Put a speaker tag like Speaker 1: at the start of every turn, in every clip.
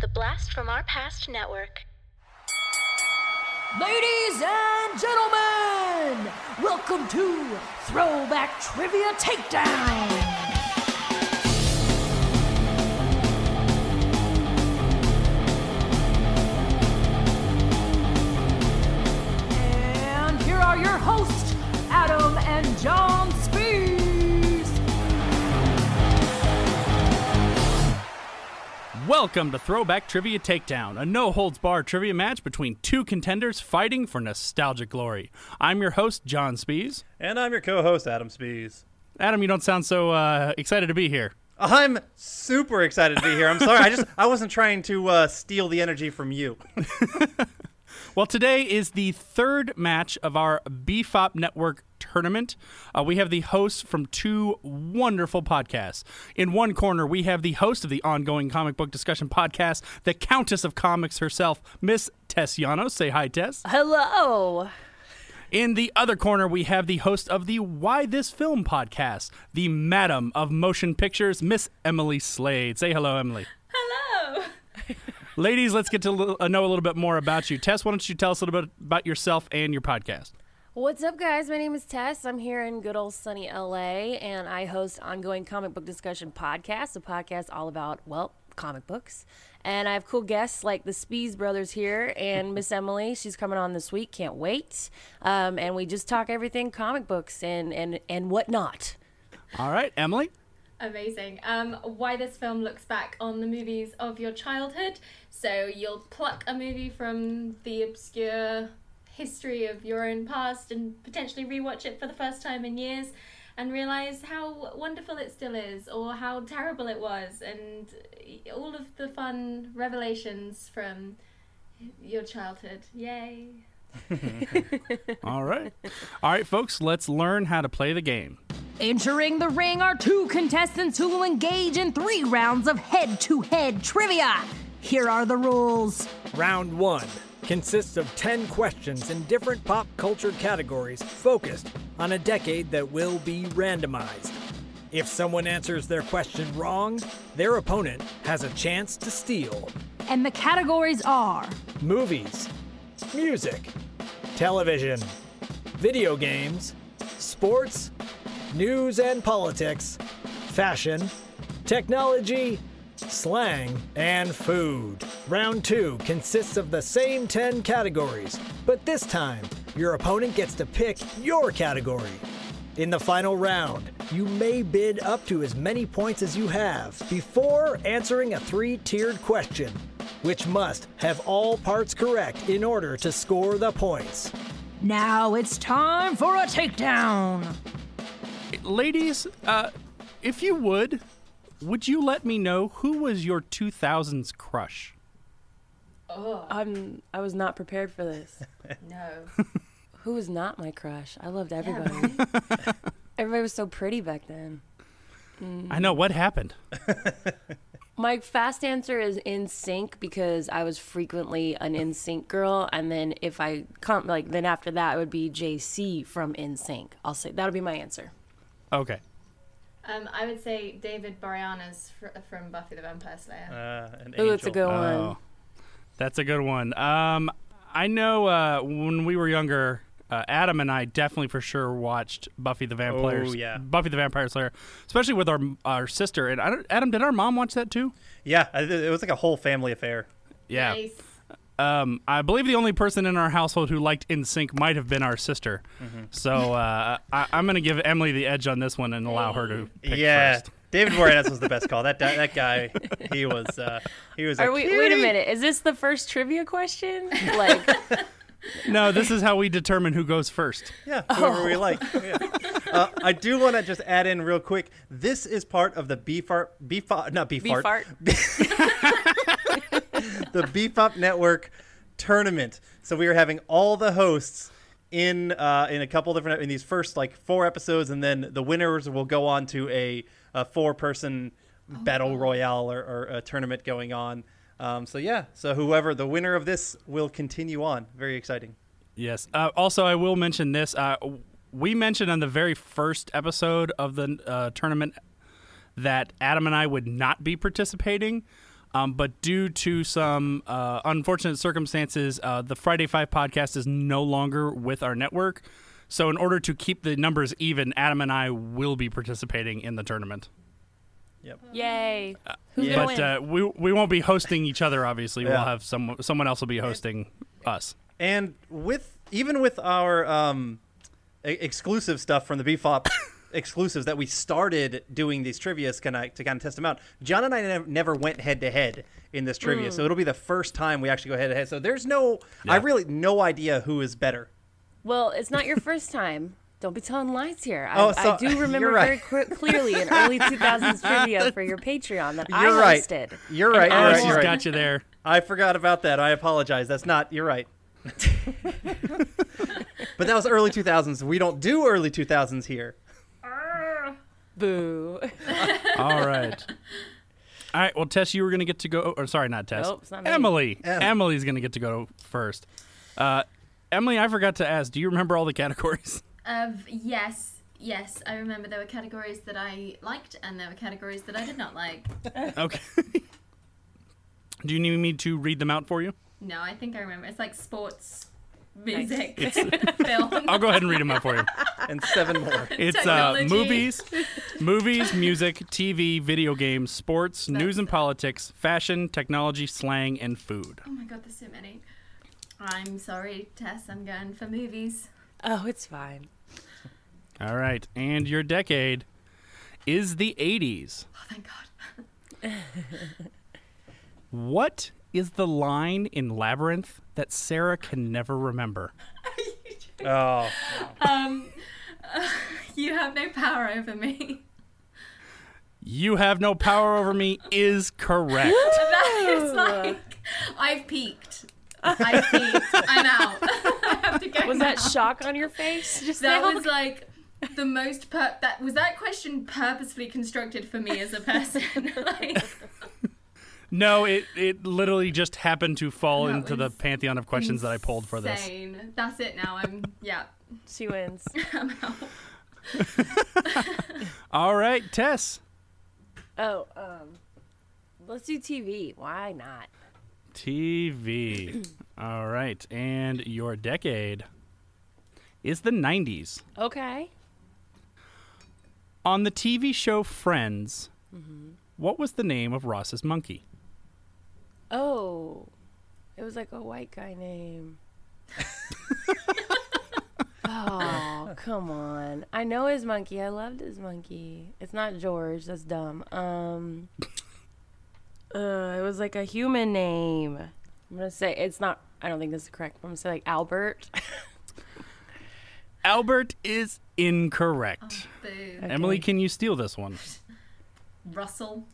Speaker 1: The Blast from Our Past Network.
Speaker 2: Ladies and gentlemen, welcome to Throwback Trivia Takedown. And here are your hosts, Adam and John Spees.
Speaker 3: Welcome to Throwback Trivia Takedown, a no holds barred trivia match between two contenders fighting for nostalgic glory. I'm your host, John Spees.
Speaker 4: And I'm your co host, Adam Spees.
Speaker 3: Adam, you don't sound so uh, excited to be here.
Speaker 4: I'm super excited to be here. I'm sorry. I just I wasn't trying to uh, steal the energy from you.
Speaker 3: Well, today is the third match of our BFOP Network tournament. Uh, we have the hosts from two wonderful podcasts. In one corner, we have the host of the ongoing comic book discussion podcast, the Countess of Comics herself, Miss Tess Yano. Say hi, Tess.
Speaker 5: Hello.
Speaker 3: In the other corner, we have the host of the Why This Film podcast, the madam of motion pictures, Miss Emily Slade. Say hello, Emily.
Speaker 5: Hello.
Speaker 3: Ladies, let's get to li- uh, know a little bit more about you. Tess, why don't you tell us a little bit about yourself and your podcast?
Speaker 5: What's up, guys? My name is Tess. I'm here in good old sunny LA, and I host ongoing comic book discussion podcast, a podcast all about, well, comic books. And I have cool guests like the Spees brothers here and Miss Emily. She's coming on this week. Can't wait. Um, and we just talk everything comic books and, and, and whatnot.
Speaker 3: All right, Emily.
Speaker 6: Amazing. Um, why this film looks back on the movies of your childhood. So you'll pluck a movie from the obscure history of your own past and potentially rewatch it for the first time in years and realize how wonderful it still is or how terrible it was and all of the fun revelations from your childhood. Yay.
Speaker 3: All right. All right, folks, let's learn how to play the game.
Speaker 2: Entering the ring are two contestants who will engage in three rounds of head to head trivia. Here are the rules.
Speaker 7: Round one consists of 10 questions in different pop culture categories focused on a decade that will be randomized. If someone answers their question wrong, their opponent has a chance to steal
Speaker 2: And the categories are
Speaker 7: movies, music, television, video games, sports, news and politics, fashion, technology, slang, and food. Round two consists of the same 10 categories, but this time, your opponent gets to pick your category. In the final round, you may bid up to as many points as you have before answering a three tiered question, which must have all parts correct in order to score the points.
Speaker 2: Now it's time for a takedown.
Speaker 3: Ladies, uh, if you would, would you let me know who was your 2000s crush?
Speaker 5: I'm, I was not prepared for this.
Speaker 6: No.
Speaker 5: Who was not my crush? I loved everybody. everybody was so pretty back then.
Speaker 3: I know what happened.
Speaker 5: My fast answer is in sync because I was frequently an in sync girl, and then if I come like then after that it would be JC from in sync. I'll say that'll be my answer.
Speaker 3: Okay.
Speaker 6: Um, I would say David Boreanaz fr- from Buffy the Vampire Slayer.
Speaker 4: Uh, an
Speaker 5: Oh, that's a good
Speaker 4: angel.
Speaker 5: one.
Speaker 3: That's a good one. Um, I know uh, when we were younger, uh, Adam and I definitely for sure watched Buffy the Vampire.
Speaker 4: Oh, yeah.
Speaker 3: Buffy the Vampire Slayer, especially with our our sister. And I don't, Adam, did our mom watch that too?
Speaker 4: Yeah, I- it was like a whole family affair.
Speaker 3: Yeah.
Speaker 6: Nice.
Speaker 3: Um, I believe the only person in our household who liked NSYNC might have been our sister.
Speaker 4: Mm-hmm.
Speaker 3: So uh, I, I'm going to give Emily the edge on this one and allow her to pick
Speaker 4: yeah.
Speaker 3: first.
Speaker 4: David Boreanaz was the best call. That that guy, he was uh, he was.
Speaker 5: Are
Speaker 4: a
Speaker 5: we,
Speaker 4: cutie.
Speaker 5: wait a minute. Is this the first trivia question? Like,
Speaker 3: No, this is how we determine who goes first.
Speaker 4: Yeah, whoever
Speaker 5: Oh.
Speaker 4: we like. Yeah. Uh, I do want to just add in real quick. This is part of the BFART, BFART, uh, not BFART,
Speaker 5: fart.
Speaker 4: the BFUP Network tournament. So we are having all the hosts in uh, in a couple different in these first like four episodes, and then the winners will go on to a, a four person battle royale or, or a tournament going on. Um, so yeah, so whoever the winner of this will continue on. Very exciting.
Speaker 3: Yes. Uh, also, I will mention this. Uh, w- we mentioned on the very first episode of the uh, tournament that Adam and I would not be participating. Um, but due to some uh, unfortunate circumstances, uh, the Friday Five podcast is no longer with our network. So, in order to keep the numbers even, Adam and I will be participating in the tournament.
Speaker 5: Yay. Who's
Speaker 4: yeah.
Speaker 5: gonna
Speaker 3: But
Speaker 5: win?
Speaker 3: uh, we we won't be hosting each other. Obviously, we'll
Speaker 4: Yeah.
Speaker 3: have some someone else will be hosting us.
Speaker 4: And with even with our um, e- exclusive stuff from the BFOP exclusives that we started doing these trivia's kind of to kind of test them out. John and I nev- never went head to head in this trivia, so it'll be the first time we actually go head to head. So there's no, I really no idea who is better.
Speaker 5: Well, it's not your first time. Don't be telling lies here. I,
Speaker 4: Oh, so-
Speaker 5: I do remember
Speaker 4: you're right.
Speaker 5: very clear- clearly an early 2000s trivia for your Patreon that I
Speaker 4: You're right.
Speaker 5: hosted.
Speaker 4: You're right.
Speaker 5: And
Speaker 4: You're
Speaker 5: I
Speaker 4: right.
Speaker 3: She's
Speaker 5: won.
Speaker 3: got you there.
Speaker 4: I forgot about that. I apologize. That's not. You're right. but that was early 2000s. We don't do early 2000s here.
Speaker 5: Boo.
Speaker 3: All right. All right. Well, Tess, you were going to get to go. oh, Or sorry, not Tess.
Speaker 5: Nope, it's not me.
Speaker 3: Emily.
Speaker 4: Em.
Speaker 3: Emily's going to get to go first. Uh, Emily, I forgot to ask. Do you remember all the categories?
Speaker 6: Of yes, yes, I remember there were categories that I liked and there were categories that I did not like.
Speaker 3: Okay. Do you need me to read them out for you?
Speaker 6: No, I think I remember. It's like sports, music, film.
Speaker 3: I'll go ahead and read them out for you.
Speaker 4: And seven more.
Speaker 3: It's uh,
Speaker 6: Technology.
Speaker 3: movies, movies, music, TV, video games, sports, news and politics, fashion, technology, slang, and food.
Speaker 6: Oh my god, there's so many. I'm sorry, Tess. I'm going for movies.
Speaker 5: Oh, it's fine.
Speaker 3: All right. And your decade is the 80s.
Speaker 6: Oh, thank God.
Speaker 3: What is the line in Labyrinth that Sarah can never remember?
Speaker 4: Oh,
Speaker 6: Um, you have no power over me.
Speaker 3: You have no power over me is correct.
Speaker 6: That is like I've peaked. I've peaked. I'm out. I have to go.
Speaker 5: Was
Speaker 6: now.
Speaker 5: that shock on your face? Just
Speaker 6: That
Speaker 5: now?
Speaker 6: was like the most per- that was that question purposefully constructed for me as a person. like,
Speaker 3: No, it, it literally just happened to fall
Speaker 6: That
Speaker 3: into the
Speaker 6: was
Speaker 3: pantheon of questions that I pulled for this.
Speaker 6: insane. That's it now. I'm yeah.
Speaker 5: she wins.
Speaker 6: I'm out.
Speaker 3: All right, Tess.
Speaker 5: Oh, um, let's do TV. Why not?
Speaker 3: TV. All right. And your decade is the 90s.
Speaker 5: Okay.
Speaker 3: On the TV show Friends,
Speaker 6: Mm-hmm.
Speaker 3: what was the name of Ross's monkey?
Speaker 5: Oh, it was like a white guy name. oh, come on. I know his monkey. I loved his monkey. It's not George. That's dumb. Um, uh, it was like a human name. I'm going to say it's not, I don't think this is correct. I'm going to say like Albert.
Speaker 3: Albert is incorrect.
Speaker 6: Boo.
Speaker 3: Emily, can you steal this one?
Speaker 6: Russell.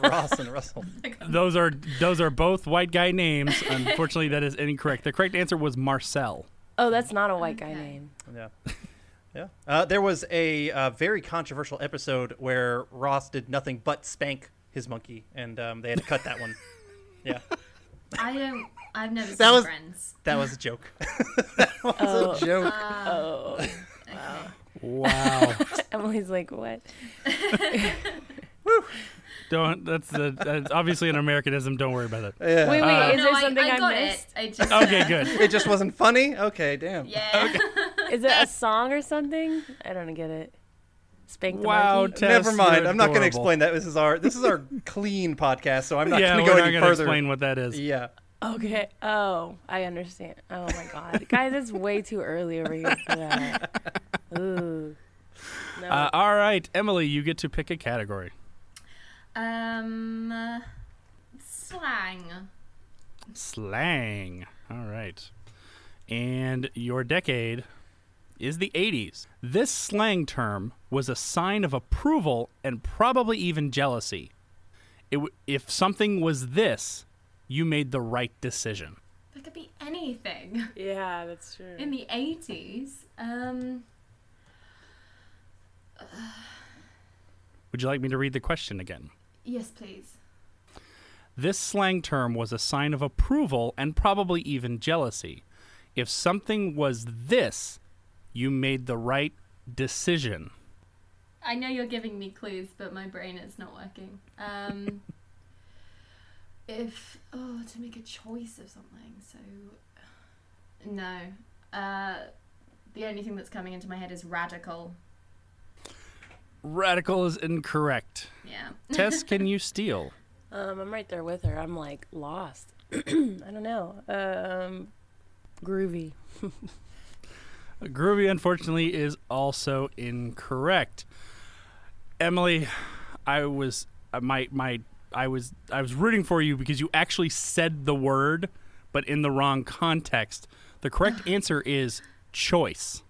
Speaker 4: Ross and Russell.
Speaker 3: Those are those are both white guy names. Unfortunately, that is incorrect. The correct answer was Marcel.
Speaker 5: Oh, that's not a white guy
Speaker 6: Okay.
Speaker 5: name.
Speaker 4: Yeah. Yeah. Uh, there was a uh, very controversial episode where Ross did nothing but spank his monkey, and um, they had to cut that one. Yeah.
Speaker 6: I don't. I've never
Speaker 4: That
Speaker 6: seen
Speaker 4: was-
Speaker 6: Friends.
Speaker 4: That was a joke. that was
Speaker 5: Oh.
Speaker 4: a joke.
Speaker 5: Oh,
Speaker 3: Wow.
Speaker 5: Emily's like, what?
Speaker 3: Don't. That's, the that's obviously an Americanism. Don't worry about it.
Speaker 5: Wait, wait,
Speaker 3: Uh,
Speaker 5: is
Speaker 6: no,
Speaker 5: there something I,
Speaker 6: got
Speaker 5: missed?
Speaker 6: it. I just
Speaker 3: Okay,
Speaker 6: uh,
Speaker 3: good.
Speaker 4: It just wasn't funny? Okay, damn.
Speaker 6: Yeah.
Speaker 5: Is it a song or something? I don't get it. Spank the
Speaker 3: Wow,
Speaker 5: monkey.
Speaker 3: Tess,
Speaker 4: Never mind.
Speaker 3: you're
Speaker 4: I'm not going
Speaker 3: adorable.
Speaker 4: to explain that. This is our this is our clean podcast, so I'm not
Speaker 3: yeah, we're
Speaker 4: going to go
Speaker 3: not
Speaker 4: any
Speaker 3: gonna
Speaker 4: further.
Speaker 3: explain what that is.
Speaker 4: Yeah.
Speaker 5: Okay. Oh, I understand. Oh my god, guys, it's way too early over here for that. Ooh. No.
Speaker 3: Uh, all right, Emily, you get to pick a category.
Speaker 6: Um, slang.
Speaker 3: Slang. All right. And your decade is the 80s. This slang term was a sign of approval and probably even jealousy. It w- if something was this, you made the right decision.
Speaker 6: That could be anything.
Speaker 5: yeah, that's true.
Speaker 6: In the eighties, um,
Speaker 3: Would you like me to read the question again?
Speaker 6: yes, please.
Speaker 3: This slang term was a sign of approval and probably even jealousy. If something was this, you made the right decision.
Speaker 6: I know you're giving me clues, but my brain is not working. Um, if oh to make a choice of something. So no, uh, the only thing that's coming into my head is radical.
Speaker 3: Radical is incorrect.
Speaker 6: Yeah.
Speaker 3: Tess, can you steal?
Speaker 5: Um, I'm right there with her. I'm like lost. I don't know. Um, groovy.
Speaker 3: Groovy, unfortunately, is also incorrect. Emily, I was uh, my my I was I was rooting for you because you actually said the word, but in the wrong context. The correct answer is choice.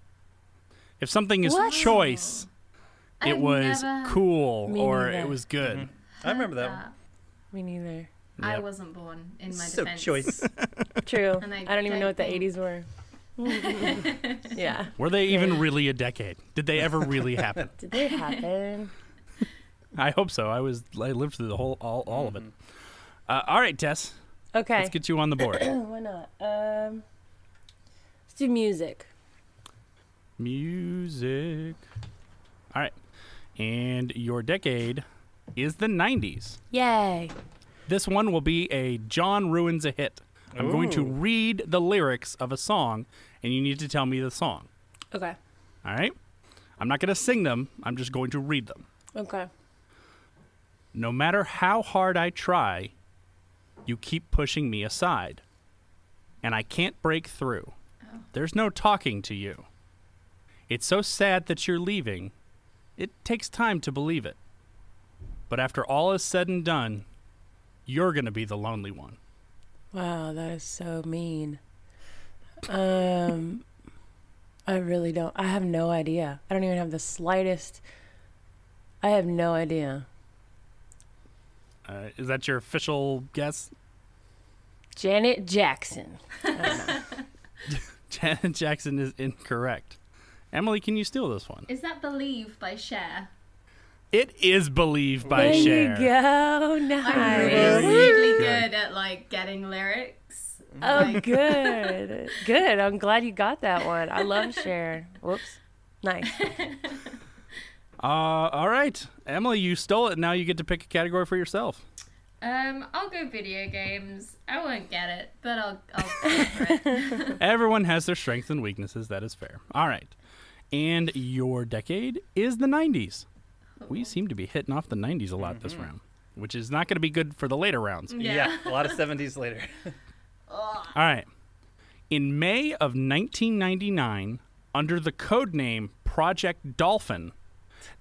Speaker 3: If something is
Speaker 5: What?
Speaker 3: choice, it
Speaker 6: I've
Speaker 3: was
Speaker 6: never
Speaker 3: cool
Speaker 5: Me
Speaker 3: or
Speaker 5: neither.
Speaker 3: it was good.
Speaker 4: I remember that. one.
Speaker 6: that.
Speaker 5: Me neither.
Speaker 6: I
Speaker 3: Yep.
Speaker 6: wasn't born in my
Speaker 4: So
Speaker 6: defense.
Speaker 4: choice.
Speaker 5: True.
Speaker 6: And
Speaker 5: I,
Speaker 6: I
Speaker 5: don't even know what
Speaker 6: don't
Speaker 5: the
Speaker 6: think-
Speaker 5: '80s were. yeah.
Speaker 3: Were they even really a decade? Did they ever really happen?
Speaker 5: Did they happen?
Speaker 3: I hope so. I was I lived through the whole all, all of it. Uh, all right, Tess,
Speaker 5: Okay.
Speaker 3: let's get you on the board.
Speaker 5: Why not? Um, let's do music.
Speaker 3: Music. All right. And your decade is the 90s.
Speaker 5: Yay.
Speaker 3: This one will be a John Ruins a Hit. I'm going to
Speaker 4: Ooh.
Speaker 3: read the lyrics of a song, and you need to tell me the song.
Speaker 5: Okay.
Speaker 3: All right? I'm not going to sing them, I'm just going to read them.
Speaker 5: Okay.
Speaker 3: No matter how hard I try, you keep pushing me aside. And I can't break through.
Speaker 5: Oh.
Speaker 3: There's no talking to you. It's so sad that you're leaving. It takes time to believe it. But after all is said and done, you're going to be the lonely one.
Speaker 5: Wow, that is so mean. Um, I really don't. I have no idea. I don't even have the slightest. I have no idea.
Speaker 3: Uh, is that your official guess?
Speaker 5: Janet Jackson.
Speaker 3: Janet Jackson is incorrect. Emily, can you steal this one?
Speaker 6: Is that Believe by Cher?
Speaker 3: It is Believe by
Speaker 5: there
Speaker 3: Cher.
Speaker 5: you go.
Speaker 6: I'm
Speaker 5: Nice.
Speaker 6: really
Speaker 3: Good.
Speaker 6: good at like getting lyrics.
Speaker 5: Oh, good. Good. I'm glad you got that one. I love Cher. Whoops. Nice.
Speaker 3: Uh, all right. Emily, you stole it. Now you get to pick a category for yourself.
Speaker 6: Um, I'll go video games. I won't get it, but I'll. I'll go for it.
Speaker 3: Everyone has their strengths and weaknesses. That is fair. All right. And your decade is the 90s. We seem to be hitting off the 90s a lot this round, which is not going to be good for the later rounds.
Speaker 4: yeah, a lot of 70s later.
Speaker 3: All right. In May of 1999, under the code name Project Dolphin,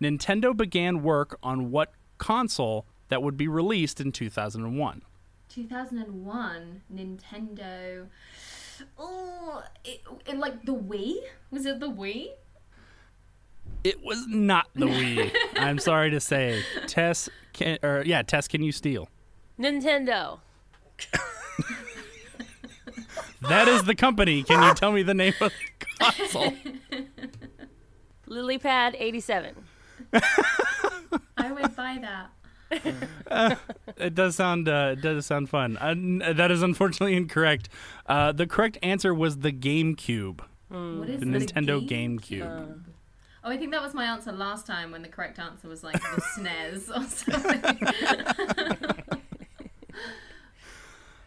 Speaker 3: Nintendo began work on what console that would be released in 2001.
Speaker 6: 2001 Nintendo. Oh, it, it, like the Wii? Was it the Wii?
Speaker 3: It was not the Wii. I'm sorry to say. Tess, can, or yeah, Tess, can you steal?
Speaker 5: Nintendo.
Speaker 3: That is the company. Can you tell me the name of the console?
Speaker 5: Lily Pad 87.
Speaker 6: I would buy that.
Speaker 3: It does sound uh, it does sound fun. Uh, n- that is unfortunately incorrect. Uh, the correct answer was the GameCube,
Speaker 6: What is
Speaker 3: the
Speaker 6: the
Speaker 3: Nintendo
Speaker 6: game?
Speaker 3: GameCube.
Speaker 6: Oh, I think that was my answer last time when the correct answer was like the E SNES or something.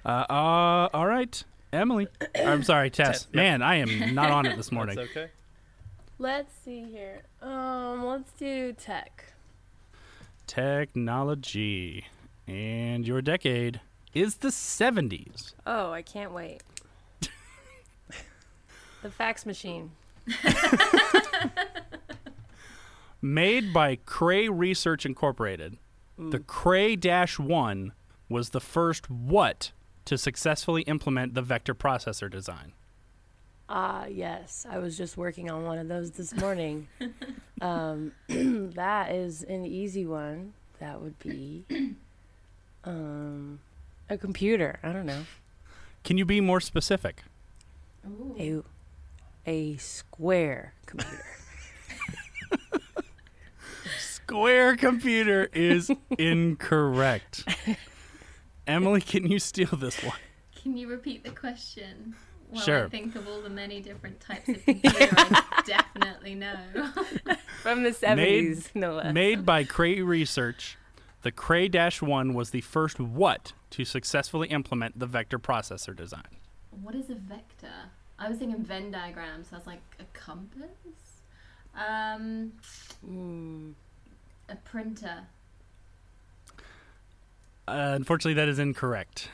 Speaker 3: Uh, uh, all right, Emily. I'm sorry, Tess.
Speaker 4: Tess, yeah.
Speaker 3: Man, I am not on it this morning.
Speaker 4: That's okay.
Speaker 5: Let's see here. Um, let's do tech.
Speaker 3: Technology and your decade is the 70s.
Speaker 5: Oh, I can't wait. the fax machine.
Speaker 3: Made by Cray Research Incorporated, the Cray 1 was the first what to successfully implement the vector processor design.
Speaker 5: Ah, yes. I was just working on one of those this morning. um, that is an easy one. That would be um, a computer. I don't know.
Speaker 3: Can you be more specific?
Speaker 6: Ooh.
Speaker 5: A, a square computer.
Speaker 3: Square computer is incorrect. Emily, can you steal this one?
Speaker 6: Can you repeat the question? Well,
Speaker 3: Sure.
Speaker 6: I think of all the many different types of computer, I definitely know.
Speaker 5: From the 70s, no less.
Speaker 3: Made by Cray Research, The Cray 1 was the first what to successfully implement the vector processor design?
Speaker 6: What is a vector? I was thinking Venn diagram, so I was like a compass, um, a printer.
Speaker 3: Uh, unfortunately, that is incorrect.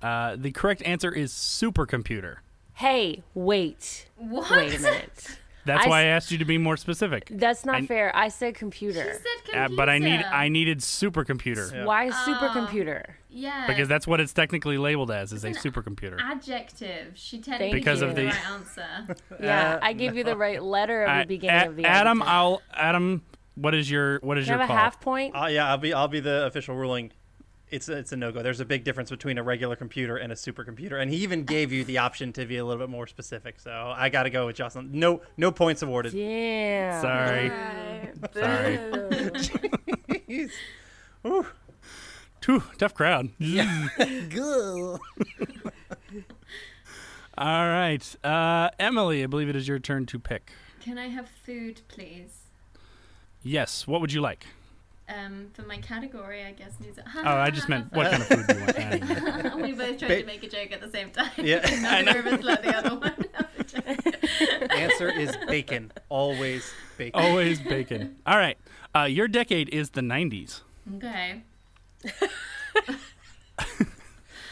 Speaker 3: Uh, the correct answer is supercomputer.
Speaker 5: Hey, wait.
Speaker 6: What?
Speaker 5: Wait a minute.
Speaker 3: That's
Speaker 5: I
Speaker 3: why I
Speaker 5: s-
Speaker 3: asked you to be more specific.
Speaker 5: That's not
Speaker 3: I-
Speaker 5: fair. I said Uh,
Speaker 6: She
Speaker 5: computer.
Speaker 6: said
Speaker 3: Uh,
Speaker 6: computer.
Speaker 3: but I need I needed supercomputer
Speaker 5: Why supercomputer?
Speaker 6: Yeah.
Speaker 3: because that's what it's technically labeled as is a
Speaker 6: It's an
Speaker 3: supercomputer.
Speaker 6: adjective. She
Speaker 5: Thank
Speaker 6: technically
Speaker 5: Because
Speaker 6: gave
Speaker 5: of
Speaker 6: the
Speaker 3: the-
Speaker 6: right answer.
Speaker 5: Yeah, I gave you the right letter at
Speaker 3: Uh, I-
Speaker 5: the beginning
Speaker 3: A-
Speaker 5: of the
Speaker 3: Adam,
Speaker 5: alphabet.
Speaker 3: I'll Adam. What is your what is
Speaker 5: Can I
Speaker 3: your
Speaker 5: have a
Speaker 3: call?
Speaker 5: half point?
Speaker 4: Uh, yeah, I'll be I'll be the official ruling. It's a, it's a no go. There's a big difference between a regular computer and a supercomputer, and he even gave you the option to be a little bit more specific. So I got to go with Jocelyn. No no points awarded.
Speaker 5: Yeah.
Speaker 3: Sorry, sorry. Whew, tough crowd. All right, uh, Emily. I believe it is your turn to pick.
Speaker 6: Can I have food, please?
Speaker 3: Yes. What would you like?
Speaker 6: Um, for my category, I guess. Needs
Speaker 3: Oh, I just meant what kind of food do you want? I don't know.
Speaker 6: we both tried to make a joke at the same time.
Speaker 4: Yeah.
Speaker 6: Neither of us let the other one have a joke.
Speaker 4: Answer is bacon. Always bacon.
Speaker 3: Always bacon. All right. Uh, your decade is the '90s.
Speaker 6: Okay.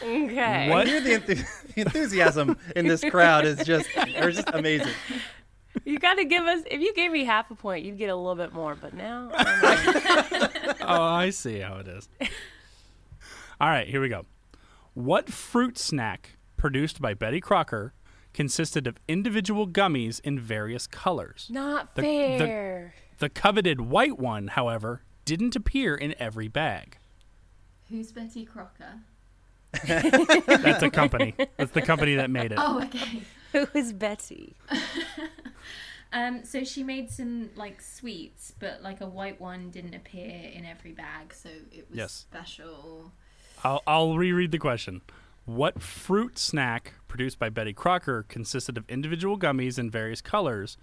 Speaker 5: Okay.
Speaker 3: What?
Speaker 4: Hear the, enthu- the enthusiasm in this crowd is just they're just amazing.
Speaker 5: You got to give us. If you gave me half a point, you'd get a little bit more. But now,
Speaker 3: Oh, I see how it is. All right, here we go. What fruit snack produced by Betty Crocker consisted of individual gummies in various colors?
Speaker 5: not
Speaker 3: The- the-
Speaker 5: fair.
Speaker 3: The coveted white one, however, didn't appear in every bag.
Speaker 6: Who's Betty Crocker?
Speaker 3: That's a company. That's the company that made it.
Speaker 6: Oh, okay.
Speaker 5: Who is Betty?
Speaker 6: Um, so she made some like sweets, but like a white one didn't appear in every bag, so it was
Speaker 3: Yes.
Speaker 6: special.
Speaker 3: I'll, I'll reread the question. What fruit snack produced by Betty Crocker consisted of individual gummies in various colors?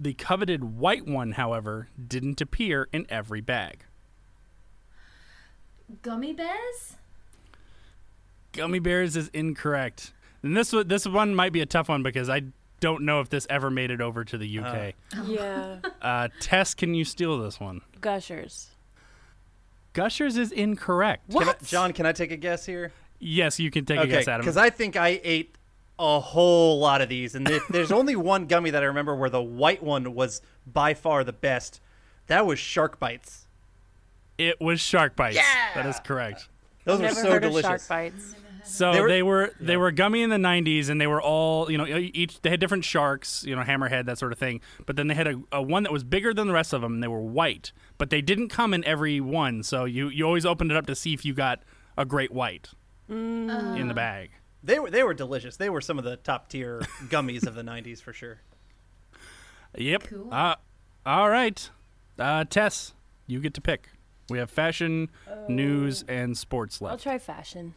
Speaker 3: The coveted white one, however, didn't appear in every bag.
Speaker 6: Gummy bears?
Speaker 3: Gummy bears is incorrect. And this one, this one might be a tough one because I don't know if this ever made it over to the UK.
Speaker 4: Uh-huh.
Speaker 5: Oh. Yeah.
Speaker 3: Uh, Tess, can you steal this one?
Speaker 5: Gushers.
Speaker 3: Gushers is incorrect.
Speaker 4: Can I- John, can I take a guess here?
Speaker 3: Yes, you can take a
Speaker 4: Okay,
Speaker 3: guess, Adam.
Speaker 4: because I think I ate a whole lot of these, and if there's only one gummy that I remember where the white one was by far the best. That was shark bites.
Speaker 3: It was shark bites. That is correct.
Speaker 4: Those were
Speaker 5: Never
Speaker 4: so
Speaker 5: heard
Speaker 4: delicious.
Speaker 5: of shark bites.
Speaker 3: So
Speaker 4: They
Speaker 3: they
Speaker 4: were-
Speaker 3: were they were, gummy in the '90s, and they were all you know e-, each they had different sharks, you know hammerhead that sort of thing. But then they had a, a one that was bigger than the rest of them. And they were white, but they didn't come in every one. So you you always opened it up to see if you got a great white
Speaker 5: Mm.
Speaker 3: in the bag.
Speaker 4: They were they were delicious. They were some of the top tier gummies of the '90s for sure.
Speaker 5: Oh.
Speaker 3: Yep.
Speaker 6: Cool.
Speaker 3: Uh, all right, uh, Tess, you get to pick. We have fashion, news, and sports
Speaker 5: Oh. I'll
Speaker 3: left.
Speaker 5: try fashion.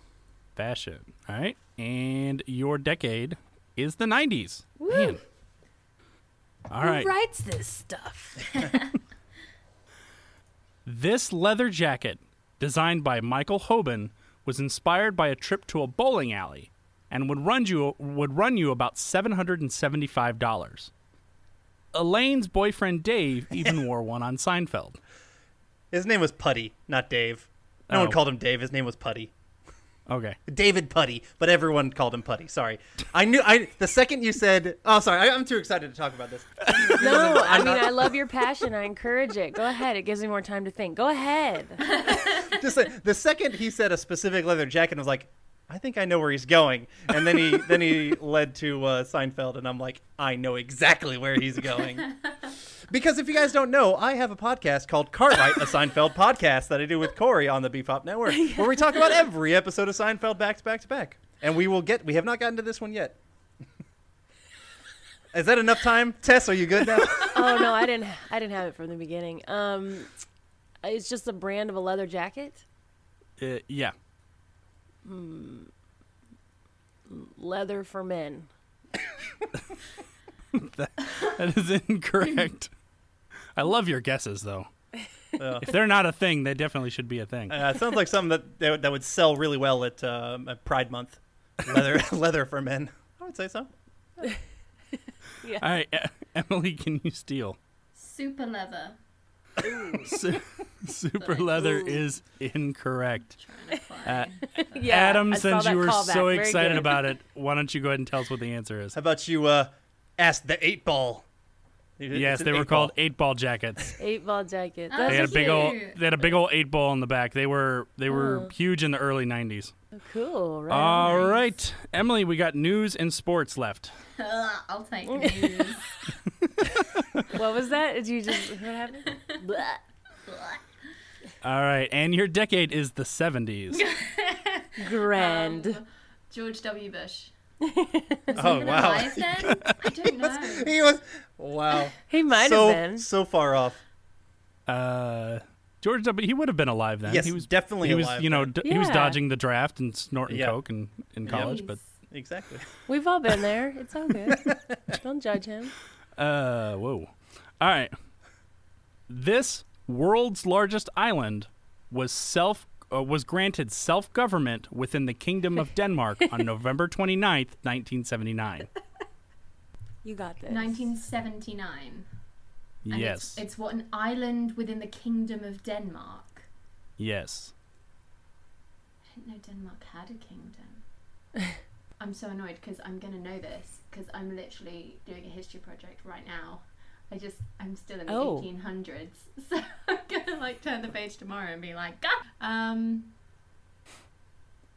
Speaker 3: Fashion. All right, and your decade is the '90s. Man. All right.
Speaker 2: Who writes this stuff?
Speaker 3: This leather jacket, designed by Michael Hoban, was inspired by a trip to a bowling alley and would run you would run you about $775. Elaine's boyfriend Dave even wore one on Seinfeld.
Speaker 4: His name was Putty, not Dave. No one
Speaker 3: Oh.
Speaker 4: called him Dave. His name was Putty.
Speaker 3: Okay.
Speaker 4: David Putty, but everyone called him Putty. Sorry, I knew. I the second you said, "Oh, sorry," I, I'm too excited to talk about this.
Speaker 5: No, I mean I love your passion. I encourage it. Go ahead. It gives me more time to think. Go ahead.
Speaker 4: Just like, the second he said a specific leather jacket, I was like, "I think I know where he's going." And then he then he led to uh, Seinfeld, and I'm like, "I know exactly where he's going." Because if you guys don't know, I have a podcast called Cartwright, a Seinfeld podcast that I do with Corey on the Bebop Network, where we talk about every episode of Seinfeld back to back to back. And we will get. We have not gotten to this one yet. Is that enough time, Tess? Are you good now?
Speaker 5: Oh no, I didn't. I didn't have it from the beginning. Um, it's just a brand of a leather jacket.
Speaker 3: Uh, yeah.
Speaker 5: Leather for men.
Speaker 3: That is incorrect. I love your guesses though. If they're not a thing, they definitely should be a thing.
Speaker 4: Uh, it sounds like something that that would- that would sell really well at, um, at Pride Month. Leather leather for men. I would say so.
Speaker 3: All right, E- Emily, can you steal?
Speaker 6: Super leather.
Speaker 3: Su- Super leather is incorrect. Uh,
Speaker 5: Yeah,
Speaker 3: Adam,
Speaker 5: I saw
Speaker 3: since
Speaker 5: that
Speaker 3: you were
Speaker 5: callback.
Speaker 3: so
Speaker 5: Very
Speaker 3: excited
Speaker 5: good.
Speaker 3: about it, why don't you go ahead and tell us what the answer is?
Speaker 4: How about you uh, ask the eight ball? It's
Speaker 3: Yes,
Speaker 4: an
Speaker 3: they were
Speaker 4: eight ball.
Speaker 3: called eight ball jackets.
Speaker 5: eight ball jacket.
Speaker 6: Oh,
Speaker 5: That's
Speaker 3: They had a big old
Speaker 6: Cute.
Speaker 3: they had a big old eight ball in the back. They were they were
Speaker 5: Oh.
Speaker 3: huge in the early nineties.
Speaker 5: cool, right?
Speaker 3: All right, Emily, we got news and sports left.
Speaker 6: Ugh, I'll take news.
Speaker 5: what was that? Did you just what happened? Blah.
Speaker 3: All right, and your decade is the seventies.
Speaker 5: Grand.
Speaker 6: Um, George W. Bush.
Speaker 4: Oh wow,
Speaker 6: Alive then? I don't know.
Speaker 4: he was wow.
Speaker 5: he might
Speaker 4: so
Speaker 5: have been.
Speaker 4: so far off.
Speaker 3: Uh, George W. He would have been alive then.
Speaker 4: Yes,
Speaker 3: he was
Speaker 4: definitely
Speaker 3: He was
Speaker 4: alive
Speaker 3: you know
Speaker 4: then.
Speaker 3: d- he was
Speaker 5: Yeah.
Speaker 3: dodging the draft and snorting
Speaker 4: Yeah.
Speaker 3: coke and in college.
Speaker 6: Jeez.
Speaker 3: But
Speaker 4: Exactly.
Speaker 5: We've all been there. It's all good. Don't judge him.
Speaker 3: uh, whoa. All right, this world's largest island was self uh, was granted self government within the Kingdom of Denmark on November 29th, 1979.
Speaker 5: You got this.
Speaker 6: 1979. And
Speaker 3: yes,
Speaker 6: It's, it's what an island within the kingdom of Denmark.
Speaker 3: yes.
Speaker 6: I didn't know Denmark had a kingdom. I'm so annoyed because I'm gonna know this because I'm literally doing a history project right now. I just I'm still in the
Speaker 5: Oh.
Speaker 6: 1800s, so I'm gonna like turn the page tomorrow and be like, God. Um.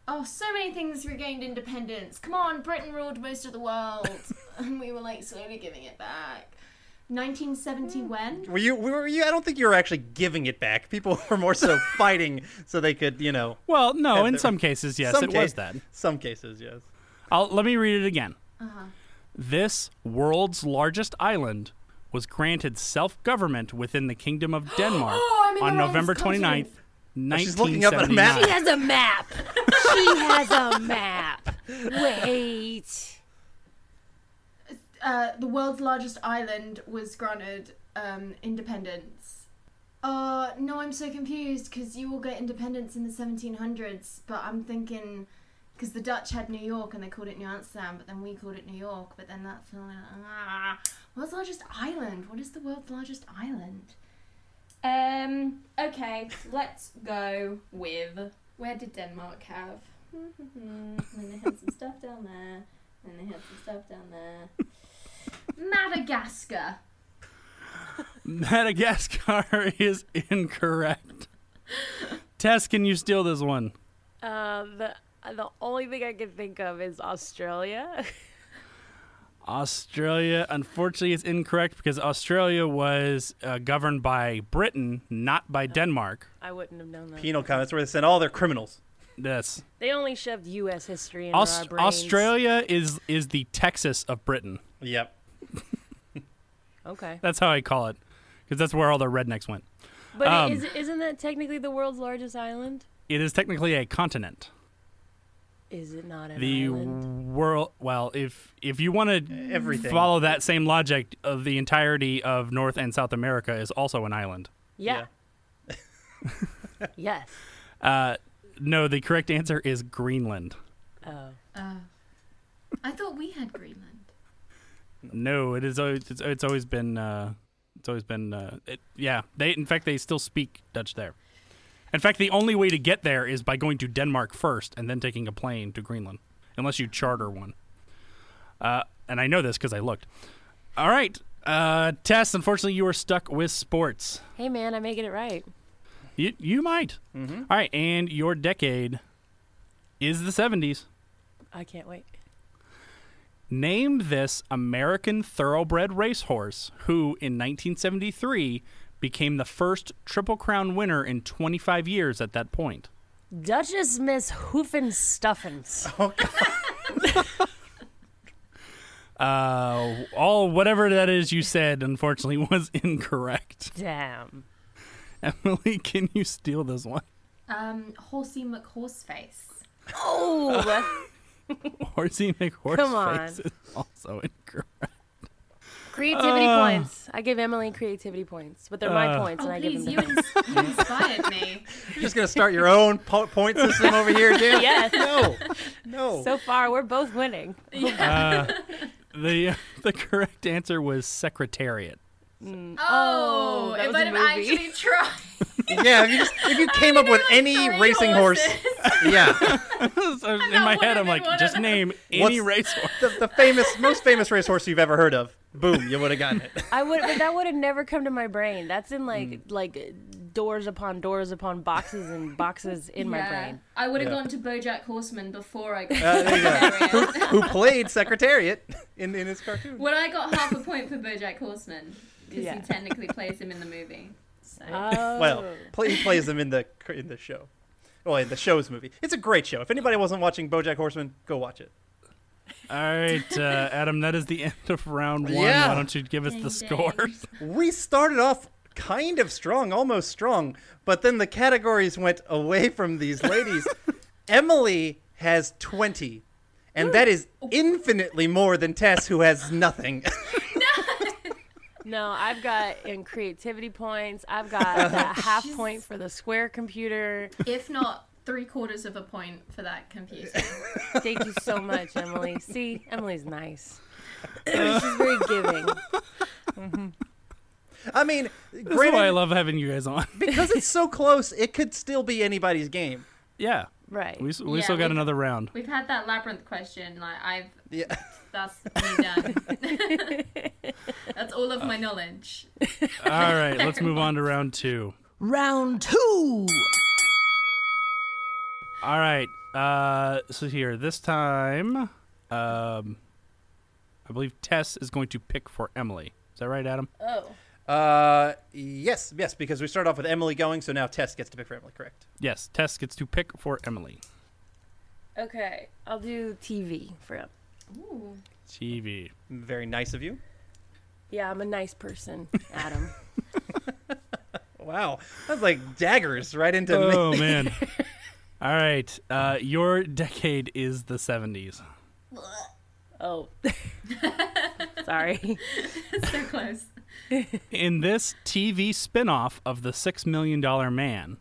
Speaker 6: Oh, so many things regained independence. Come on, Britain ruled most of the world, and we were like slowly giving it back. 1970 when?
Speaker 4: Were you? Were you? I don't think you were actually giving it back. People were more so fighting so they could, you know.
Speaker 3: Well, no,
Speaker 4: Have
Speaker 3: in
Speaker 4: the-
Speaker 3: some cases, yes,
Speaker 4: some
Speaker 3: it
Speaker 4: ca-
Speaker 3: was that.
Speaker 4: Some cases, yes.
Speaker 3: I'll, let me read it again.
Speaker 6: Uh-huh.
Speaker 3: This world's largest island was granted self government within the Kingdom of Denmark
Speaker 6: Oh, I'm in the
Speaker 3: on
Speaker 6: wrong
Speaker 3: November
Speaker 6: continent.
Speaker 3: 29th.
Speaker 4: Oh, she's looking up at a map.
Speaker 3: 1979.
Speaker 5: has a map. She has a map. Wait.
Speaker 6: uh, the world's largest island was granted um, independence. Uh, no, I'm so confused because you all get independence in the 1700s, but I'm thinking because the Dutch had New York and they called it New Amsterdam, but then we called it New York, but then that's ah, world's largest island. What is the world's largest island? Um. Okay, let's go with where did Denmark have? and they had some stuff down there. And they had some stuff down there. Madagascar.
Speaker 3: Madagascar is incorrect. Tess, can you steal this one?
Speaker 5: Uh, the the only thing I can think of is Australia.
Speaker 3: Australia, unfortunately, is incorrect because Australia was uh, governed by Britain, not by Denmark.
Speaker 5: I wouldn't have known that.
Speaker 4: Penal comments where they sent all their criminals.
Speaker 3: Yes.
Speaker 5: They only shoved U.S. history into
Speaker 3: Aus-
Speaker 5: our brains.
Speaker 3: Australia is, is the Texas of Britain.
Speaker 4: Yep.
Speaker 5: Okay,
Speaker 3: That's how I call it, because that's where all the rednecks went.
Speaker 5: but
Speaker 3: Um,
Speaker 5: is, isn't that technically the world's largest island?
Speaker 3: It is technically a continent.
Speaker 5: Is it not an
Speaker 3: The
Speaker 5: island?
Speaker 3: world, well, if if you want to
Speaker 4: Everything.
Speaker 3: follow that same logic, of the entirety of North and South America is also an island.
Speaker 5: Yeah. yes.
Speaker 3: Uh, no, the correct answer is Greenland.
Speaker 5: Oh.
Speaker 6: Uh, I thought we had Greenland.
Speaker 3: No, it is. always- It's, it's always been. Uh, it's always been. Uh, it, yeah, they. In fact, they still speak Dutch there. In fact, the only way to get there is by going to Denmark first and then taking a plane to Greenland, unless you charter one. Uh, and I know this because I looked. All right, uh, Tess. Unfortunately, you are stuck with sports.
Speaker 5: Hey man, I'm making it right.
Speaker 3: You you might. All right, and your decade is the seventies.
Speaker 5: I can't wait.
Speaker 3: Name this American thoroughbred racehorse who, in 1973, became the first Triple Crown winner in 25 years at that point.
Speaker 5: Duchess Miss Hoofenstuffens.
Speaker 3: Uh, all whatever that is you said, unfortunately, was incorrect.
Speaker 5: Damn.
Speaker 3: Emily, can you steal this one?
Speaker 6: Um, Horsey McHorseface.
Speaker 5: Oh,
Speaker 3: Horsey McHorseface
Speaker 5: Come on.
Speaker 3: is also incorrect.
Speaker 5: Creativity
Speaker 6: Uh.
Speaker 5: points. I give Emily creativity points, but they're my points,
Speaker 6: Oh,
Speaker 5: and I give
Speaker 6: please,
Speaker 5: them.
Speaker 6: you, ins- you inspired me.
Speaker 4: You're just gonna start your own po- point system over here, dude.
Speaker 5: Yes.
Speaker 4: No. No.
Speaker 5: So far, we're both winning.
Speaker 3: the The correct answer was secretariat.
Speaker 6: Oh,
Speaker 5: that
Speaker 6: if
Speaker 5: was a
Speaker 6: I'd have
Speaker 5: movie.
Speaker 6: actually tried.
Speaker 4: yeah. If you just if you came up with any
Speaker 6: three
Speaker 4: racing horse, yeah.
Speaker 3: So in
Speaker 6: not
Speaker 3: my
Speaker 6: one
Speaker 3: head, I'm
Speaker 6: of them,
Speaker 3: like,
Speaker 6: one of
Speaker 3: just
Speaker 6: them.
Speaker 3: name
Speaker 4: What's-
Speaker 3: any racehorse.
Speaker 4: The, the famous, most famous racehorse you've ever heard of. Boom, you would have gotten it.
Speaker 5: I would, but that would have never come to my brain. That's in like
Speaker 6: Mm.
Speaker 5: like doors upon doors upon boxes and boxes in my brain.
Speaker 6: I would have
Speaker 4: Yeah.
Speaker 6: gone to BoJack Horseman before I got.
Speaker 4: Uh, there you go.
Speaker 6: Hilarious.
Speaker 4: Who played Secretariat in in his cartoon?
Speaker 6: Well, I got half a point for BoJack Horseman because
Speaker 5: Yeah.
Speaker 6: he technically plays him in the movie. Uh, So.
Speaker 5: Oh.
Speaker 4: Well, play, he plays him in the in the show. Well, in the show's movie. It's a great show. If anybody wasn't watching BoJack Horseman, go watch it.
Speaker 3: All right, uh, Adam, that is the end of round one.
Speaker 4: Yeah.
Speaker 3: Why don't you give us the
Speaker 6: Dang,
Speaker 3: score?
Speaker 6: dang.
Speaker 4: We started off kind of strong, almost strong, but then the categories went away from these ladies. Emily has 20, and that is infinitely more than Tess, who has nothing.
Speaker 5: No, I've got in creativity points. I've got that half point for the square computer.
Speaker 6: If not three quarters of a point for that computer.
Speaker 5: Thank you so much, Emily. See, Emily's nice. She's very giving.
Speaker 4: I mean,
Speaker 3: That's why I
Speaker 4: granted,
Speaker 3: love having you guys on.
Speaker 4: because it's so close, it could still be anybody's game.
Speaker 3: yeah,
Speaker 5: Right.
Speaker 3: we, s- we
Speaker 6: Yeah,
Speaker 3: still got
Speaker 6: we-
Speaker 3: another round.
Speaker 6: We've had that labyrinth question. Like I've
Speaker 4: Yeah.
Speaker 6: that's me done. that's all of my knowledge.
Speaker 3: All right, let's move on to round two.
Speaker 2: Round two.
Speaker 3: All right, uh, so here this time, um, I believe Tess is going to pick for Emily. Is that right, Adam?
Speaker 5: Oh.
Speaker 4: Uh, yes, yes, because we started off with Emily going, so now Tess gets to pick for Emily, correct?
Speaker 3: Yes, Tess gets to pick for Emily.
Speaker 5: Okay. I'll do TV for him.
Speaker 6: Ooh.
Speaker 3: TV.
Speaker 4: Very nice of you.
Speaker 5: Yeah, I'm a nice person, Adam.
Speaker 4: Wow, that's like daggers right into me.
Speaker 3: Oh man. All right, uh, your decade is the '70s.
Speaker 5: oh. Sorry.
Speaker 6: So close.
Speaker 3: In this TV spin-off of The Six Million Dollar Man,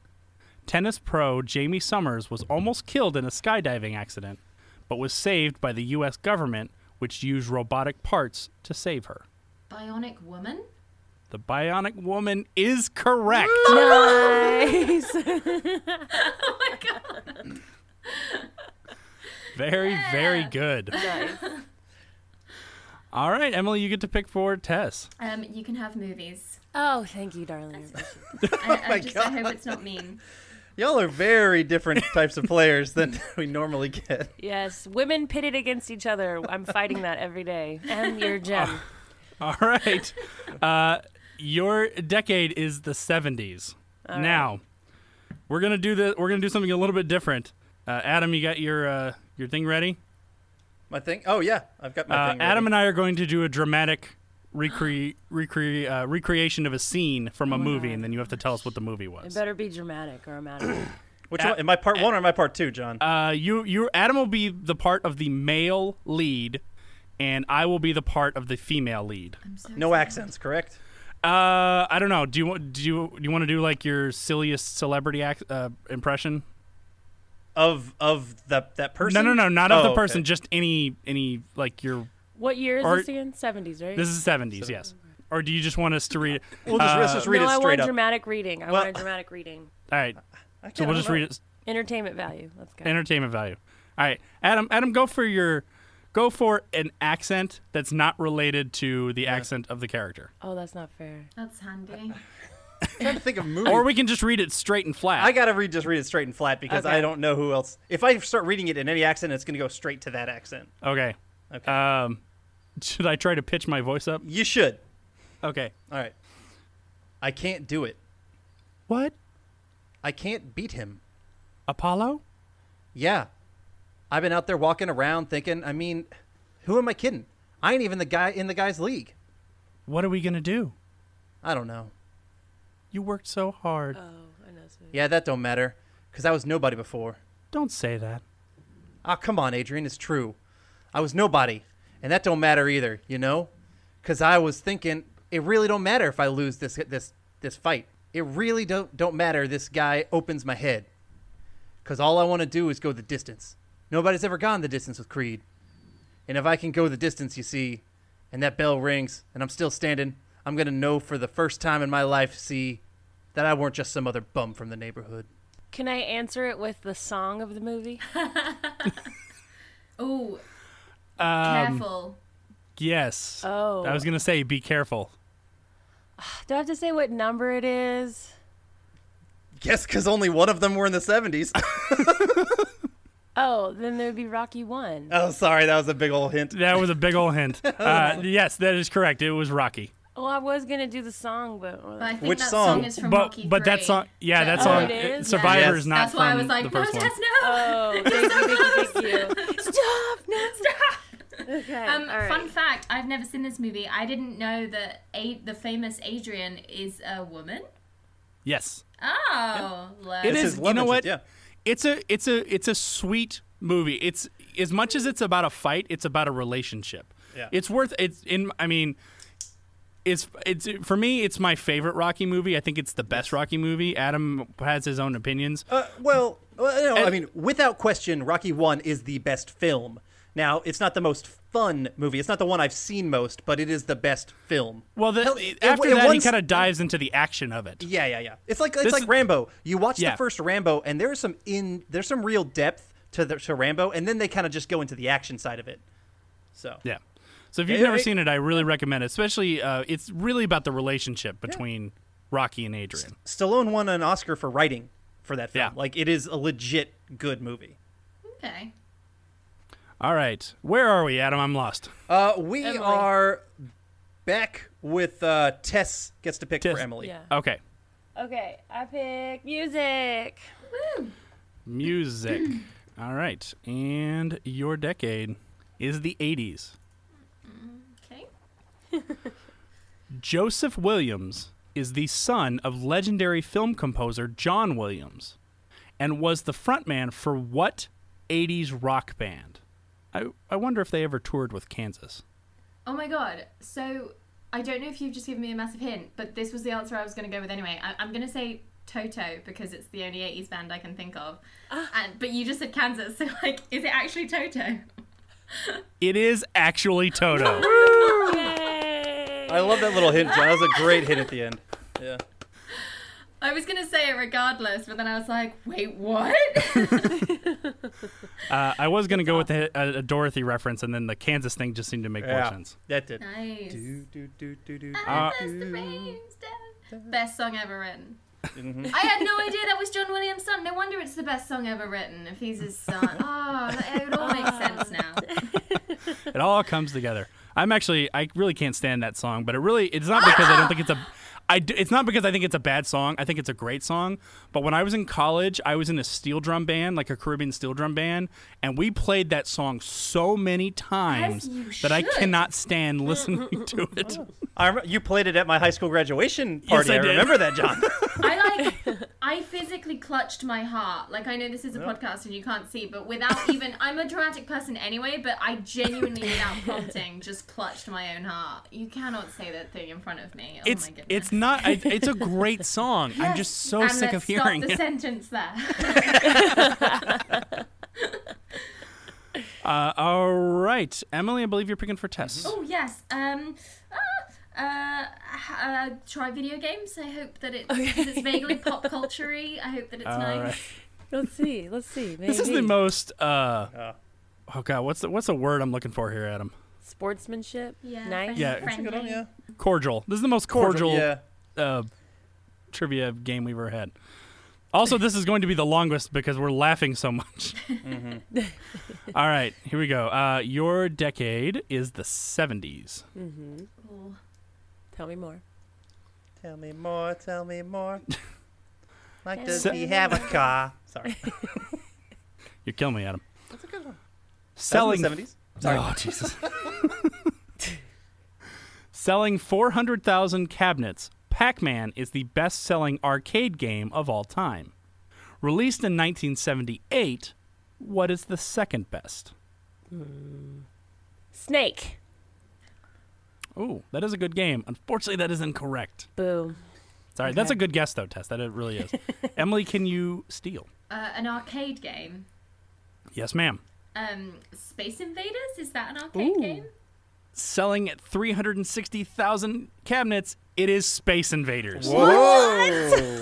Speaker 3: tennis pro Jamie Summers was almost killed in a skydiving accident, but was saved by the U.S. government, which used robotic parts to save her.
Speaker 6: Bionic woman.
Speaker 3: The Bionic Woman is correct.
Speaker 5: nice.
Speaker 3: Very, very good. All right, Emily, you get to pick for Tess.
Speaker 6: Um, you can have movies.
Speaker 5: Oh, thank you, darling.
Speaker 6: I, I just I hope it's not mean.
Speaker 4: Y'all are very different types of players than we normally get.
Speaker 5: Yes, women pitted against each other. I'm fighting that every day. And your
Speaker 4: Ah.
Speaker 5: gem.
Speaker 3: All right. Uh, your decade is the 70s. now, we're gonna do the we're gonna do something a little bit different. Uh, Adam, you got your uh, your thing ready.
Speaker 4: My thing? Oh yeah, I've got my
Speaker 3: Uh,
Speaker 4: thing.
Speaker 3: Adam and I are going to do a dramatic recre- recre- uh, recreation of a scene from a
Speaker 4: Oh
Speaker 3: movie, and then you have to tell us what the movie
Speaker 5: It
Speaker 3: was.
Speaker 5: better be dramatic or I'm out of it.
Speaker 4: Which one? Am I part one or am I part two, John?
Speaker 3: Uh, you you Adam will be the part of the male lead, and I will be the part of the female lead.
Speaker 4: no accents, correct?
Speaker 3: Uh, I don't know. Do you want do you, do you want to do like your silliest celebrity ac- uh, impression?
Speaker 4: Of of the that person?
Speaker 3: No, no, no, not of
Speaker 4: Oh,
Speaker 3: the person.
Speaker 4: okay.
Speaker 3: Just any, any like your.
Speaker 5: What year is
Speaker 3: Or-
Speaker 5: this again? 70s, right?
Speaker 3: This is seventies, yes. Or do you just want us to read?
Speaker 4: We'll just, let's
Speaker 3: uh,
Speaker 4: just read
Speaker 5: no,
Speaker 4: it
Speaker 5: I
Speaker 4: straight
Speaker 5: want
Speaker 4: up.
Speaker 5: dramatic reading. I
Speaker 4: Well-
Speaker 5: want a dramatic reading.
Speaker 3: All right. So
Speaker 4: I can't-
Speaker 3: we'll
Speaker 4: I
Speaker 3: just
Speaker 4: don't
Speaker 3: read
Speaker 4: know.
Speaker 3: it.
Speaker 5: Entertainment value. Let's go.
Speaker 3: Entertainment value. All right, Adam. Adam, go for your, go for an accent that's not related to the accent of the character,
Speaker 5: oh, that's not fair.
Speaker 6: That's handy.
Speaker 4: I'm trying to think of movies.
Speaker 3: or we can just read it straight and flat.
Speaker 4: I gotta read just read it straight and flat because
Speaker 5: Okay.
Speaker 4: I don't know who else. If I start reading it in any accent, it's gonna go straight to that accent.
Speaker 3: okay.
Speaker 4: Okay.
Speaker 3: Um, should I try to pitch my voice up?
Speaker 4: You should.
Speaker 3: Okay.
Speaker 4: All right. I can't do it.
Speaker 3: What?
Speaker 4: I can't beat him.
Speaker 3: Apollo?
Speaker 4: Yeah. I've been out there walking around thinking, I mean, who am I kidding? I ain't even the guy in the guy's league.
Speaker 3: What are we gonna do?
Speaker 4: I don't know.
Speaker 3: You worked so hard.
Speaker 5: Oh, I know. It's
Speaker 4: Yeah, that don't matter, 'cause I was nobody before.
Speaker 3: Don't say that.
Speaker 4: Ah, come on, Adrian, it's true. I was nobody, and that don't matter either, you know? 'Cause because I was thinking it really don't matter if I lose this this this fight. It really don't don't matter. This guy opens my head because all I want to do is go the distance. Nobody's ever gone the distance with Creed, and if I can go the distance, you see, and that bell rings and I'm still standing, I'm gonna know for the first time in my life, see, that I weren't just some other bum from the neighborhood.
Speaker 5: Can I answer it with the song of the movie?
Speaker 6: Oh, careful.
Speaker 3: Yes.
Speaker 5: Oh.
Speaker 3: I was gonna say, be careful.
Speaker 5: Do I have to say what number it is?
Speaker 4: Yes, because only one of them were in the 70s.
Speaker 5: Oh, then there would be Rocky One.
Speaker 4: oh, sorry, that was a big old hint.
Speaker 3: That was a big old hint. Uh, yes, that is correct. It was Rocky.
Speaker 5: Well, I was gonna do the song, but
Speaker 6: But I think
Speaker 4: Which
Speaker 6: that
Speaker 4: song?
Speaker 6: song? is from
Speaker 3: but
Speaker 6: Rocky
Speaker 3: but that
Speaker 6: III.
Speaker 3: song, yeah, that
Speaker 6: So-
Speaker 5: Oh,
Speaker 3: song, uh,
Speaker 5: it is?
Speaker 3: Survivor
Speaker 4: Yes.
Speaker 3: is not
Speaker 6: That's
Speaker 3: from
Speaker 6: why I was like,
Speaker 3: the
Speaker 6: no,
Speaker 3: first one.
Speaker 6: Tess, no.
Speaker 5: oh, thank you, thank you, thank you.
Speaker 6: Stop! No, stop!
Speaker 5: Okay,
Speaker 6: Um,
Speaker 5: all right.
Speaker 6: Fun fact: I've never seen this movie. I didn't know that a- the famous Adrian is a woman.
Speaker 3: Yes,
Speaker 6: Oh, look.
Speaker 3: it
Speaker 4: This
Speaker 3: is.
Speaker 4: is
Speaker 3: You know
Speaker 4: love
Speaker 3: what?
Speaker 4: interest, yeah.
Speaker 3: It's a it's a it's a sweet movie. It's as much as it's about a fight, it's about a relationship.
Speaker 4: Yeah.
Speaker 3: It's worth it's in. I mean, it's it's for me. It's my favorite Rocky movie. I think it's the best Rocky movie. Adam has his own opinions.
Speaker 4: Uh, well, well, no, I
Speaker 3: And-
Speaker 4: mean, without question, Rocky One is the best film. Now, it's not the most fun movie. It's not the one I've seen most, but it is the best film.
Speaker 3: well, the,
Speaker 4: Hell, it-
Speaker 3: after
Speaker 4: it
Speaker 3: that, he
Speaker 4: won-
Speaker 3: kind of dives into the action of it.
Speaker 4: Yeah, yeah, yeah. It's like it's
Speaker 3: This
Speaker 4: like
Speaker 3: is-
Speaker 4: Rambo. You watch
Speaker 3: Yeah.
Speaker 4: the first Rambo, and there's some in there's some real depth to the, to Rambo, and then they kind of just go into the action side of it. So
Speaker 3: Yeah. So if you've
Speaker 4: It-
Speaker 3: never
Speaker 4: it-
Speaker 3: seen it, I really recommend it. Especially, uh, it's really about the relationship between Rocky and Adrian.
Speaker 4: Stallone won an Oscar for writing for that
Speaker 3: Yeah.
Speaker 4: film. Like it is a legit good movie.
Speaker 6: okay.
Speaker 3: All right, where are we, Adam? I'm lost.
Speaker 4: Uh, we
Speaker 5: Emily.
Speaker 4: are back with uh, Tess gets to pick
Speaker 3: Tess,
Speaker 4: for Emily.
Speaker 5: yeah.
Speaker 3: Okay,
Speaker 5: Okay, I pick music.
Speaker 3: music. All right, and your decade is the 80s.
Speaker 6: Okay.
Speaker 3: Joseph Williams is the son of legendary film composer John Williams and was the frontman for what 80s rock band? I, I wonder if they ever toured with Kansas.
Speaker 6: Oh my god. So I don't know if you've just given me a massive hint, but this was the answer I was going to go with anyway. I- I'm going to say Toto because it's the only 80s band I can think of. and but you just said Kansas, so like, is it actually Toto?
Speaker 3: It is actually Toto.
Speaker 4: I love that little hint, John. That was a great hit at the end. Yeah.
Speaker 6: I was going to say it regardless, but then I was like, wait, what?
Speaker 3: Uh, I was going to go with the, a, a Dorothy reference, and then the Kansas thing just seemed to make more sense.
Speaker 4: That did.
Speaker 6: nice.
Speaker 4: Do, do, do, do, do.
Speaker 3: Uh,
Speaker 6: As the rains down. Best song ever written. I had no idea that was John Williams' son. No wonder it's the best song ever written. If he's his son, oh, it all makes sense now.
Speaker 3: It all comes together. I'm actually, I really can't stand that song, but it really, it's not because I don't think it's a, I, do- it's not because I think it's a bad song. I think it's a great song. But when I was in college, I was in a steel drum band, like a Caribbean steel drum band, and we played that song so many times
Speaker 6: you
Speaker 3: that I
Speaker 6: should. Oh
Speaker 3: cannot stand listening to it.
Speaker 4: I rem- you played it at my high school graduation party.
Speaker 3: I
Speaker 4: I,
Speaker 3: did.
Speaker 4: remember that, John.
Speaker 6: I like, I physically clutched my heart. Like I know this is a podcast and you can't see, but without even, I'm a dramatic person anyway. But I genuinely, without prompting, just clutched my own heart. You cannot say that thing in front of me. Oh
Speaker 3: It's
Speaker 6: my goodness.
Speaker 3: it's not I, it's a great song. I'm just so
Speaker 6: and
Speaker 3: sick
Speaker 6: let's
Speaker 3: of hearing
Speaker 6: stop the
Speaker 3: it.
Speaker 6: sentence there.
Speaker 3: Uh, all right, Emily, I believe you're picking for Tess.
Speaker 6: Oh yes. Um. Uh, uh, h- uh, try video games. I hope that it, it's vaguely pop culture-y. I hope that it's nice.
Speaker 5: Let's see. Let's see. Maybe.
Speaker 3: This is the most uh, oh god, what's the what's the word I'm looking for here, Adam?
Speaker 5: sportsmanship.
Speaker 6: Yeah.
Speaker 5: Nice.
Speaker 3: Yeah.
Speaker 6: friend- Friendly.
Speaker 3: Cordial. This is the most cordial,
Speaker 4: Yeah.
Speaker 3: uh, trivia game we've ever had. Also, this is going to be the longest because we're laughing so much.
Speaker 4: Mm-hmm.
Speaker 3: All right, here we go. Uh, your decade is the 70s.
Speaker 6: Cool.
Speaker 5: Tell me more.
Speaker 4: Tell me more. Tell me more. Like, does
Speaker 3: So-
Speaker 4: he have a car? Sorry.
Speaker 3: You're killing me, Adam.
Speaker 4: That's a good one.
Speaker 3: Selling
Speaker 4: seventies.
Speaker 3: Oh, Jesus. Selling 400,000 cabinets, Pac Man is the best selling arcade game of all time. Released in 1978, what is the second best?
Speaker 5: Snake.
Speaker 3: Ooh, that is a good game. Unfortunately, that is incorrect.
Speaker 5: Boo.
Speaker 3: Sorry, that's a good guess though, Tess. That it really is. Emily, can you steal?
Speaker 6: Uh, an arcade game.
Speaker 3: Yes, ma'am.
Speaker 6: Um, Space Invaders is that an arcade game?
Speaker 3: Selling at 360,000 cabinets, it is Space Invaders.
Speaker 4: Whoa!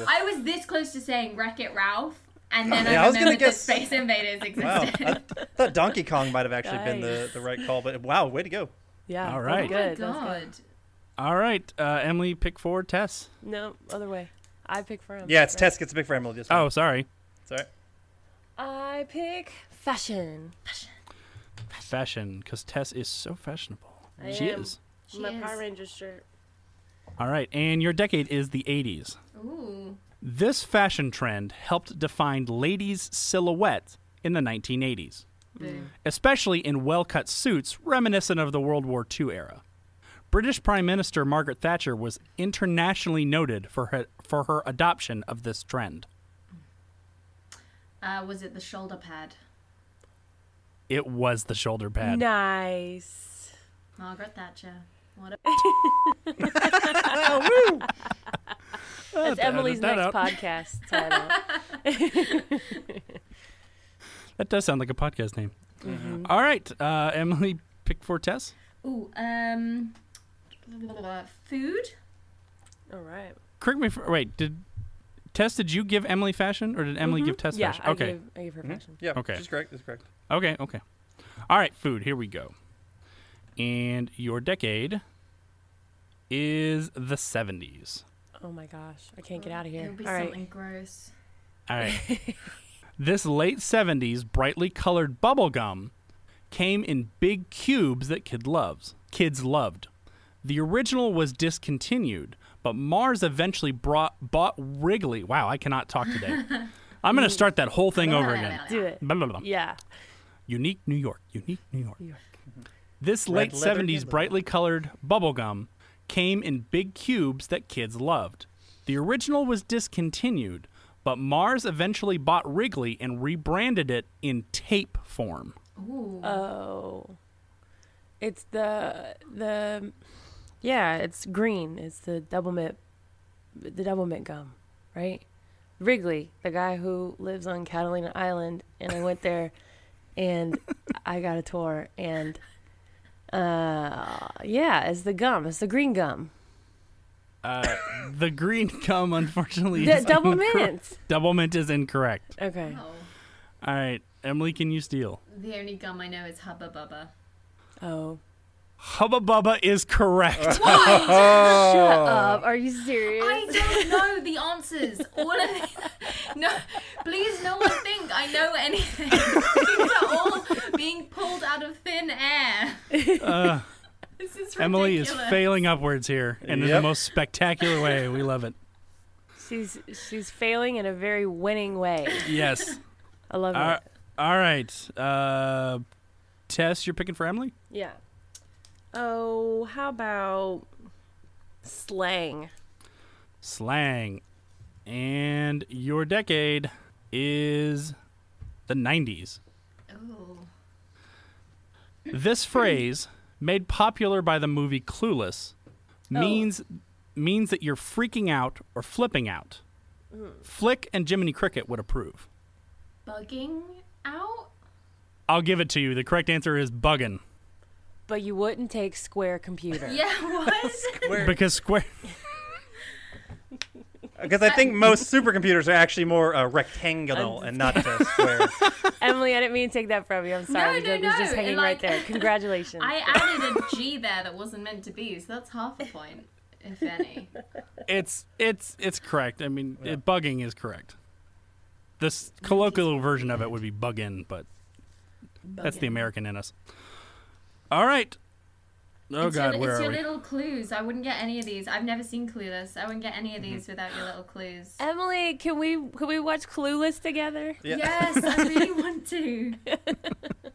Speaker 6: I was this close to saying Wreck It Ralph, and then
Speaker 4: Yeah,
Speaker 6: I
Speaker 4: I was gonna
Speaker 6: remembered that
Speaker 4: guess-
Speaker 6: Space Invaders
Speaker 4: wow.
Speaker 6: existed.
Speaker 4: I thought Donkey Kong might have actually been the, the right call, but wow, way to go.
Speaker 5: Yeah.
Speaker 3: All
Speaker 5: that was
Speaker 3: right.
Speaker 6: Oh my
Speaker 5: Good. that was
Speaker 6: God.
Speaker 3: All right, uh, Emily, pick four, Tess.
Speaker 5: good. No, other way. I pick from.
Speaker 4: Yeah, it's Tess gets a big for Emily this one.
Speaker 3: Oh, sorry.
Speaker 4: Sorry.
Speaker 5: I pick fashion.
Speaker 3: Fashion, because Tess is so fashionable.
Speaker 5: I
Speaker 3: she
Speaker 5: am.
Speaker 3: is.
Speaker 5: My
Speaker 6: She
Speaker 5: Power
Speaker 6: is.
Speaker 5: Rangers shirt.
Speaker 3: All right, and your decade is the 80s.
Speaker 6: Ooh.
Speaker 3: This fashion trend helped define ladies' silhouette in the 1980s,
Speaker 6: Boo.
Speaker 3: especially in well cut suits reminiscent of the World War II era. British Prime Minister Margaret Thatcher was internationally noted for her, for her adoption of this trend.
Speaker 6: Uh, was it the shoulder pad?
Speaker 3: It was the shoulder pad.
Speaker 5: Nice.
Speaker 6: Margaret Thatcher. What a
Speaker 5: That's Emily's
Speaker 3: that
Speaker 5: next
Speaker 3: out.
Speaker 5: podcast title.
Speaker 3: That does sound like a podcast name.
Speaker 5: Mm-hmm.
Speaker 3: All right, uh, Emily picked for Tess.
Speaker 6: Ooh, um, food.
Speaker 5: All right.
Speaker 3: Correct me if wait. Did Tess? Did you give Emily fashion, or did Emily give Tess
Speaker 5: Mm-hmm. Yeah.
Speaker 3: fashion?
Speaker 5: I
Speaker 3: okay, Mm-hmm.
Speaker 5: Gave, I gave her fashion.
Speaker 4: Yeah.
Speaker 3: Okay.
Speaker 4: She's correct. That's correct.
Speaker 3: okay, okay. All right, food. Here we go. And your decade is the seventies.
Speaker 5: Oh my gosh. I can't get out of
Speaker 6: It'll
Speaker 5: here.
Speaker 6: be
Speaker 5: All right.
Speaker 6: something gross.
Speaker 3: All right. this late seventies brightly colored bubble gum came in big cubes that kid loves. Kids loved. The original was discontinued, but Mars eventually brought bought Wrigley. Wow, I cannot talk today. I'm going to start that whole thing over again.
Speaker 5: Do it.
Speaker 3: Blah, blah, blah.
Speaker 5: Yeah.
Speaker 3: Unique New York. Unique New York. This late
Speaker 4: leather
Speaker 3: 70s
Speaker 4: handle.
Speaker 3: brightly colored bubblegum came in big cubes that kids loved. The original was discontinued, but Mars eventually bought Wrigley and rebranded it in tape form.
Speaker 6: Ooh.
Speaker 5: Oh. It's the the yeah, it's green. It's the double mint the double mint gum, right? Wrigley, the guy who lives on Catalina Island, and I went there and I got a tour and uh yeah, it's the gum. It's the green gum.
Speaker 3: The green gum, unfortunately,
Speaker 5: The
Speaker 3: is
Speaker 5: double
Speaker 3: incorrect.
Speaker 5: mint.
Speaker 3: Double mint is incorrect.
Speaker 5: Okay.
Speaker 6: oh.
Speaker 3: All right, Emily, can you steal?
Speaker 6: The only gum I know is Hubba Bubba.
Speaker 5: Oh.
Speaker 3: Hubba Bubba is correct.
Speaker 5: Uh, are you serious?
Speaker 6: I don't know the answers. All of no, please, no one think I know anything. These are all being pulled out of thin air. this is ridiculous.
Speaker 3: Uh, Emily is failing upwards here, and in the
Speaker 4: Yep.
Speaker 3: most spectacular way. We love it.
Speaker 5: She's she's failing in a very winning way.
Speaker 3: Yes.
Speaker 5: I love
Speaker 3: All
Speaker 5: it.
Speaker 3: all right. Uh, Tess, you're picking for Emily?
Speaker 5: Yeah. Oh, how about slang?
Speaker 3: Slang. And your decade is the 90s.
Speaker 6: Ooh.
Speaker 3: This phrase, made popular by the movie Clueless, means means that you're freaking out or flipping out. Flick and Jiminy Cricket would approve.
Speaker 6: Bugging out?
Speaker 3: I'll give it to you. The correct answer is buggin'.
Speaker 5: But you wouldn't take Square Computer.
Speaker 6: Yeah, what?
Speaker 3: Because square
Speaker 4: Because I think most supercomputers are actually more uh, rectangular and not uh, square.
Speaker 5: Emily, I didn't mean to take that from you. I'm sorry.
Speaker 6: No, no,
Speaker 5: It was just
Speaker 6: no.
Speaker 5: hanging
Speaker 6: And,
Speaker 5: right
Speaker 6: like-
Speaker 5: there. Congratulations.
Speaker 6: I added a G there that wasn't meant to be, so that's half a point, if any.
Speaker 3: Oh, it's it's it's correct. I mean, it, bugging is correct. This colloquial version of it would be buggin', but that's the
Speaker 6: Buggin'.
Speaker 3: American in us. All right. Oh
Speaker 6: it's
Speaker 3: God,
Speaker 6: your,
Speaker 3: where
Speaker 6: it's
Speaker 3: are
Speaker 6: your
Speaker 3: we?
Speaker 6: little clues. I wouldn't get any of these. I've never seen Clueless. I wouldn't get any
Speaker 3: Mm-hmm.
Speaker 6: of these without your little clues.
Speaker 5: Emily, can we can we watch Clueless together?
Speaker 4: Yeah.
Speaker 6: Yes, I really want to.
Speaker 3: uh,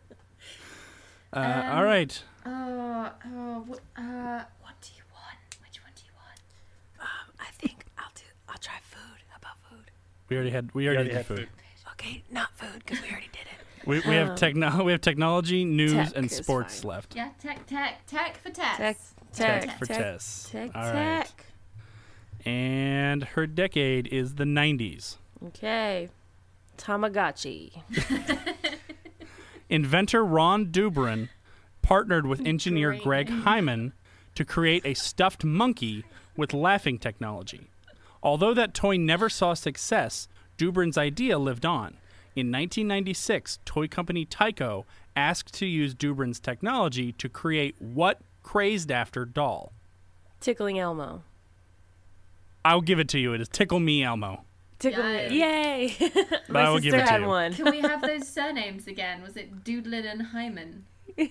Speaker 5: Um,
Speaker 3: all right.
Speaker 6: Oh, oh, what, uh, what do you want? Which one do you want?
Speaker 5: I think I'll do. I'll try food. How about food?
Speaker 3: We already had we already,
Speaker 4: already
Speaker 3: did
Speaker 4: had
Speaker 3: food.
Speaker 4: food.
Speaker 5: Okay, not food because we already did it.
Speaker 3: We, we have techno we have technology, news,
Speaker 5: Um, Tech
Speaker 3: and
Speaker 5: is
Speaker 3: sports
Speaker 5: fine.
Speaker 3: left.
Speaker 6: Yeah, tech, tech, tech for test.
Speaker 5: Tech,
Speaker 3: Tech,
Speaker 5: Tech,
Speaker 3: for
Speaker 5: tech,
Speaker 3: Tess.
Speaker 5: Tech,
Speaker 3: All right.
Speaker 5: tech.
Speaker 3: And her decade is the 90s.
Speaker 5: Okay. Tamagotchi.
Speaker 3: Inventor Ron Dubrin partnered with engineer Greg Hyman to create a stuffed monkey with laughing technology. Although that toy never saw success, Dubrin's idea lived on. In 1996, toy company Tyco asked to use Dubrin's technology to create what crazed after doll.
Speaker 5: Tickling Elmo.
Speaker 3: I'll give it to you. It is Tickle Me Elmo.
Speaker 5: Tickle
Speaker 6: Yeah.
Speaker 5: me. Yay.
Speaker 3: I
Speaker 5: My
Speaker 3: will give
Speaker 5: sister
Speaker 3: it to
Speaker 5: had
Speaker 3: you.
Speaker 5: one.
Speaker 6: Can we have those surnames again? Was it Doodlin and Hyman?
Speaker 3: Du-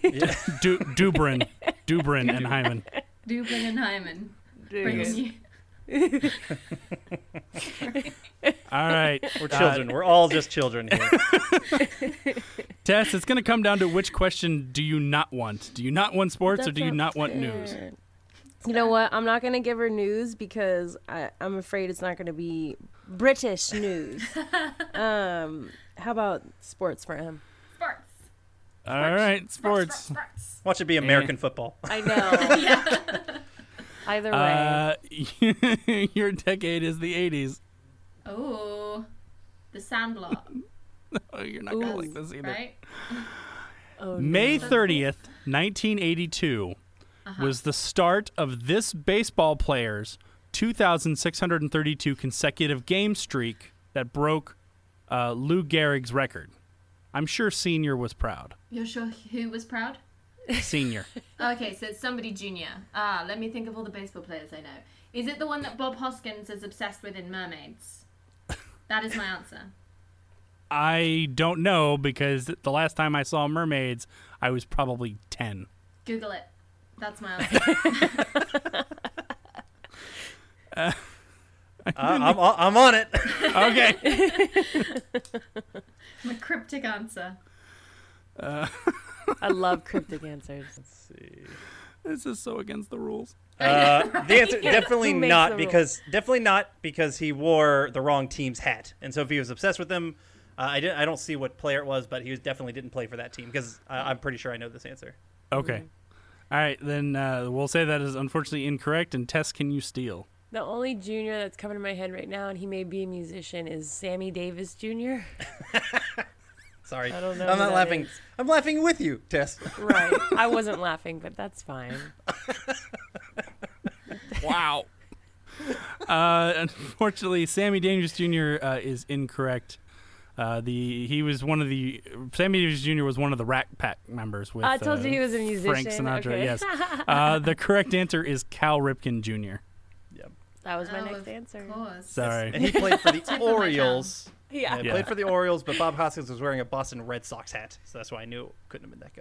Speaker 3: Dubrin, Dubrin, and Hyman.
Speaker 6: Doodlin and Hyman. Brings you.
Speaker 3: All right,
Speaker 4: We're children. We're all just children here.
Speaker 3: Tess. It's going to come down to which question do you not want? Do you not want sports, or do you not want news?
Speaker 5: You know what? I'm not going to give her news because I, I'm afraid it's not going to be British news. um, how about sports for him?
Speaker 6: Sports.
Speaker 3: All right, sports.
Speaker 6: Sports.
Speaker 4: Watch it be American football.
Speaker 5: I know. Either way.
Speaker 3: Uh, your decade is the '80s.
Speaker 6: Oh, the Sandlot,
Speaker 3: Oh, you're not gonna like this either.
Speaker 6: right?
Speaker 3: May 30th, 1982 was the start of this baseball player's 2,632 consecutive game streak that broke uh, Lou Gehrig's record. I'm sure Senior was proud.
Speaker 6: You're sure who was proud?
Speaker 3: Senior.
Speaker 6: Okay, so it's somebody junior. Ah, let me think of all the baseball players I know. Is it the one that Bob Hoskins is obsessed with in Mermaids? That is my answer.
Speaker 3: I don't know because the last time I saw mermaids, I was probably 10.
Speaker 6: Google it. That's my answer.
Speaker 4: I, I'm, I'm on it.
Speaker 3: Okay.
Speaker 6: my cryptic answer.
Speaker 5: I love cryptic answers.
Speaker 3: this is so against the rules.
Speaker 4: Uh, the answer definitely
Speaker 5: Who makes
Speaker 4: not
Speaker 5: the rules?
Speaker 4: because definitely not because he wore the wrong team's hat, and so if he was obsessed with them, uh, I didn't. I don't see what player it was, but he was definitely didn't play for that team because I'm pretty sure I know this answer.
Speaker 3: Okay. All right, then uh, we'll say that is unfortunately incorrect. And Tess, can you steal?
Speaker 5: The only junior that's coming to my head right now, and he may be a musician, is Sammy Davis Jr.
Speaker 4: Sorry, I
Speaker 5: don't know
Speaker 4: I'm
Speaker 5: who
Speaker 4: not
Speaker 5: that
Speaker 4: laughing.
Speaker 5: is.
Speaker 4: I'm laughing with you, Tess.
Speaker 5: Right. I wasn't laughing, but that's fine.
Speaker 3: Wow. uh, unfortunately, Sammy Davis Jr. Uh, is incorrect. Uh, the he was one of the Sammy Davis Jr. was one of the Rat Pack members. With uh,
Speaker 5: I told you he was a
Speaker 3: Frank
Speaker 5: musician.
Speaker 3: Sinatra.
Speaker 5: Okay.
Speaker 3: Yes. Uh, the correct answer is Cal Ripken Jr.
Speaker 5: That was my
Speaker 6: Oh,
Speaker 5: next
Speaker 6: of
Speaker 5: answer.
Speaker 6: course.
Speaker 3: Sorry.
Speaker 4: And he played for the
Speaker 6: of my
Speaker 4: Orioles.
Speaker 5: Yeah.
Speaker 4: Yeah,
Speaker 3: Yeah.
Speaker 4: Played for the Orioles, but Bob Hoskins was wearing a Boston Red Sox hat, so that's why I knew it couldn't have been that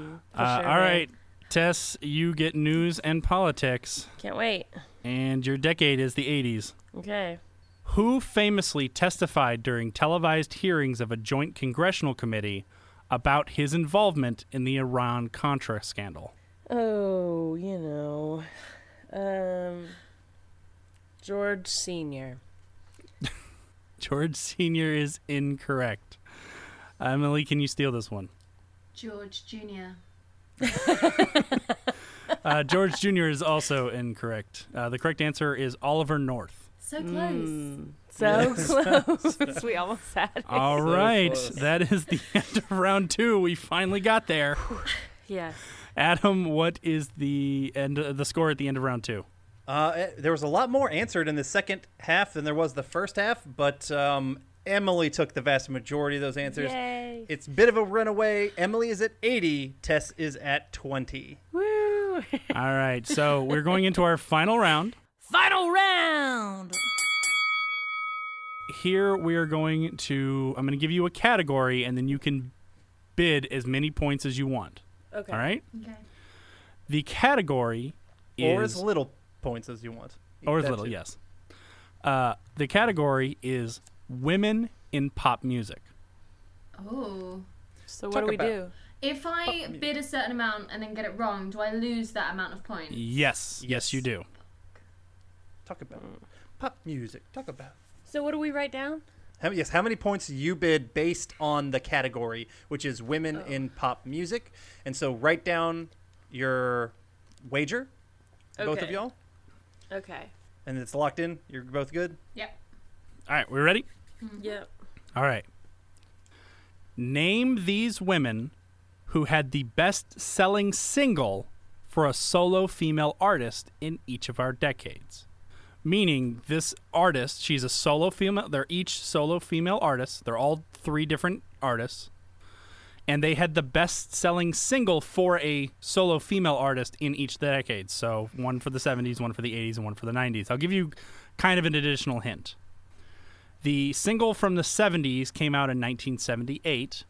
Speaker 4: guy.
Speaker 3: Uh,
Speaker 5: sure,
Speaker 3: all
Speaker 5: man.
Speaker 3: right, Tess, you get news and politics,
Speaker 5: Can't wait.
Speaker 3: and your decade is the 80s.
Speaker 5: Okay.
Speaker 3: Who famously testified during televised hearings of a joint congressional committee about his involvement in the Iran Contra scandal?
Speaker 5: Oh, you know. Um George Senior.
Speaker 3: George Sr. is incorrect. Uh, Emily, can you steal this one?
Speaker 6: George Junior.
Speaker 3: Uh, George Jr. is also incorrect. Uh, the correct answer is Oliver North.
Speaker 6: So close.
Speaker 3: Mm.
Speaker 5: So close. we almost had it.
Speaker 3: All right,
Speaker 4: close.
Speaker 3: that is the end of round two. We finally got there.
Speaker 5: Yes.
Speaker 3: Adam, what is the end uh, the score at the end of round two?
Speaker 4: Uh, eh, there was a lot more answered in the second half than there was the first half, but um, Emily took the vast majority of those answers.
Speaker 5: Yay.
Speaker 4: It's a bit of a runaway. Emily is at 80, Tess is at 20.
Speaker 5: Woo.
Speaker 3: All right, so we're going into our final round.
Speaker 2: Final round!
Speaker 3: Here we are going to I'm going to give you a category and then you can bid as many points as you want.
Speaker 5: Okay.
Speaker 3: All right?
Speaker 6: Okay.
Speaker 3: The category is
Speaker 4: Or as little points as you want.
Speaker 3: or as
Speaker 4: That
Speaker 3: little,
Speaker 4: too.
Speaker 3: yes. Uh, the category is women in pop music.
Speaker 6: Oh.
Speaker 5: So what do we
Speaker 4: about-
Speaker 5: do?
Speaker 6: If I bid a certain amount and then get it wrong, do I lose that amount of points?
Speaker 3: Yes, yes, you do.
Speaker 4: Talk about pop music. Talk about.
Speaker 5: So what do we write down?
Speaker 4: How, yes, how many points you bid based on the category, which is women in pop music? And so write down your wager, both of
Speaker 5: Okay.
Speaker 4: y'all,
Speaker 5: Okay.
Speaker 4: and it's locked in. You're both good.
Speaker 6: Yep.
Speaker 3: All right, we ready?
Speaker 5: Mm-hmm. Yep.
Speaker 3: All right. Name these women who had the best selling single for a solo female artist in each of our decades. Meaning, this artist, she's a solo female, they're each solo female artists. They're all three different artists. And they had the best selling single for a solo female artist in each decade. So, one for the 70s, one for the 80s, and one for the 90s. I'll give you kind of an additional hint. The single from the 70s came out in 1978.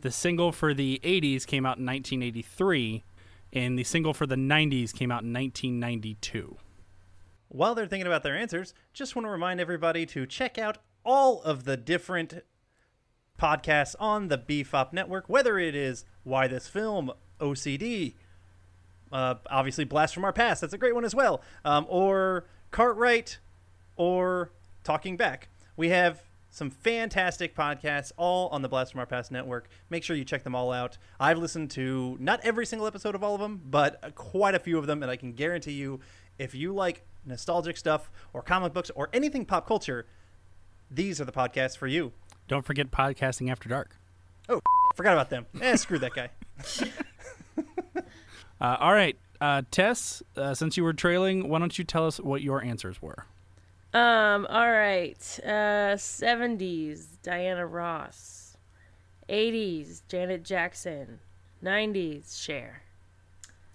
Speaker 3: The single for the 80s came out in 1983. And the single for the 90s came out in 1992.
Speaker 4: While they're thinking about their answers, just want to remind everybody to check out all of the different podcasts on the BFOP network, whether it is Why This Film, OCD, uh, obviously Blast from Our Past, that's a great one as well, um, or Cartwright, or Talking Back. We have some fantastic podcasts all on the Blast from Our Past network. Make sure you check them all out. I've listened to not every single episode of all of them, but quite a few of them, and I can guarantee you, if you like nostalgic stuff or comic books or anything pop culture, these are the podcasts for you.
Speaker 3: Don't forget podcasting after dark.
Speaker 4: Oh, forgot about them. Eh, screw that guy.
Speaker 3: Uh, all right, uh, Tess, uh, since you were trailing, why don't you tell us what your answers were?
Speaker 5: Um. All right. Uh. Seventies. Diana Ross. Eighties. Janet Jackson. Nineties. Cher.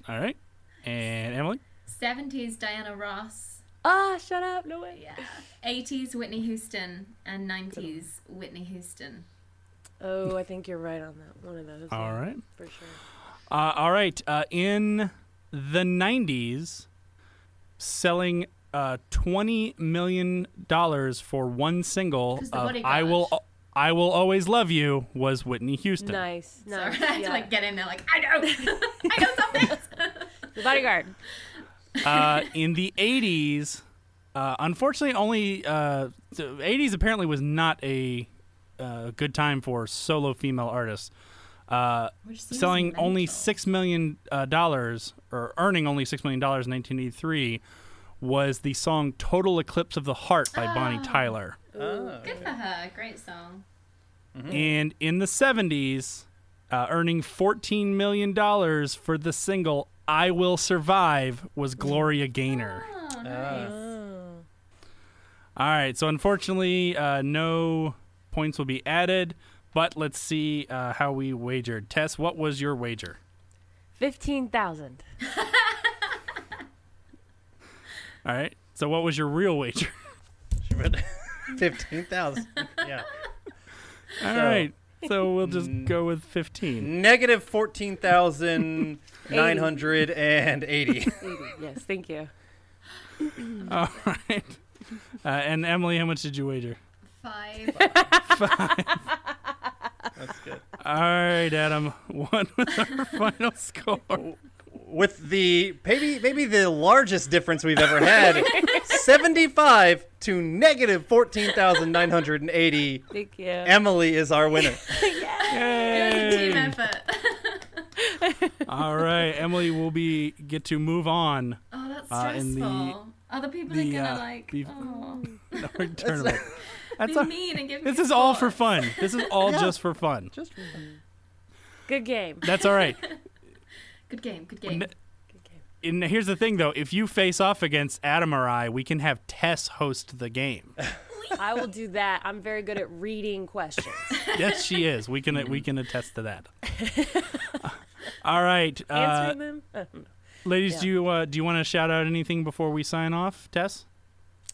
Speaker 3: All right. And Emily?
Speaker 6: 70s Diana Ross,
Speaker 5: Ah, shut up! No way.
Speaker 6: 80s Whitney Houston, and 90s Whitney Houston.
Speaker 5: Oh, I think you're right on that one of those.
Speaker 3: All
Speaker 5: yeah,
Speaker 3: right.
Speaker 5: For sure.
Speaker 3: Uh, all right. Uh, in the 90s, selling uh, $20 million for one single
Speaker 6: 'Cause the
Speaker 3: of
Speaker 6: Bodyguard.
Speaker 3: I Will I Will Always Love You was Whitney Houston.
Speaker 5: Nice.
Speaker 6: Sorry, I
Speaker 5: Nice.
Speaker 6: had
Speaker 5: yeah.
Speaker 6: to like get in there like, I know! I know something!
Speaker 5: the bodyguard.
Speaker 3: Uh, in the 80s, uh, unfortunately, only uh, the 80s apparently was not a uh, good time for solo female artists. Uh,
Speaker 6: Which seems
Speaker 3: selling only
Speaker 6: mental.
Speaker 3: six million uh, dollars or earning only six million dollars in 1983 was the song "Total Eclipse of the Heart" by Bonnie Tyler.
Speaker 6: Good for her. Great song.
Speaker 3: And in the 70s, uh, earning 14 million dollars for the single "I Will Survive" was Gloria Gaynor. Ah.
Speaker 6: Oh, nice.
Speaker 3: All right, so unfortunately, uh, no points will be added. But let's see uh, how we wagered. Tess, what was your wager?
Speaker 5: Fifteen thousand.
Speaker 3: All right. So what was your real wager?
Speaker 4: Fifteen thousand. Yeah.
Speaker 3: All right. So we'll just go with 15.
Speaker 4: Negative fourteen thousand nine hundred and eighty.
Speaker 5: yes. Thank you.
Speaker 3: All right. Uh, and Emily, how much did you wager?
Speaker 6: Five.
Speaker 4: That's good.
Speaker 3: All right, Adam. What was our final score?
Speaker 4: With the maybe maybe the largest difference we've ever had, seventy-five to negative fourteen thousand nine hundred and eighty.
Speaker 5: Thank you.
Speaker 4: Emily is our winner.
Speaker 6: Team
Speaker 3: Yay.
Speaker 6: effort.
Speaker 3: All right, Emily will be get to move on.
Speaker 6: Oh, that's
Speaker 3: Uh, and the-
Speaker 6: stressful. Other people
Speaker 3: the,
Speaker 6: are gonna
Speaker 3: uh,
Speaker 6: like
Speaker 3: beef-
Speaker 6: oh,
Speaker 3: Our tournament. That's
Speaker 6: be
Speaker 3: all,
Speaker 6: mean and give me
Speaker 3: this is all for
Speaker 6: scores.
Speaker 3: fun. This is all just for fun.
Speaker 4: Just
Speaker 5: Good game.
Speaker 3: That's all right.
Speaker 6: Good game, good game.
Speaker 3: N- And here's the thing, though. If you face off against Adam or I, we can have Tess host the game.
Speaker 5: I will do that. I'm very good at reading questions.
Speaker 3: yes, she is. We can we can attest to that. All right, uh,
Speaker 5: Answering them. Uh,
Speaker 3: ladies.
Speaker 5: Yeah.
Speaker 3: Do you uh, do you want to shout out anything before we sign off, Tess?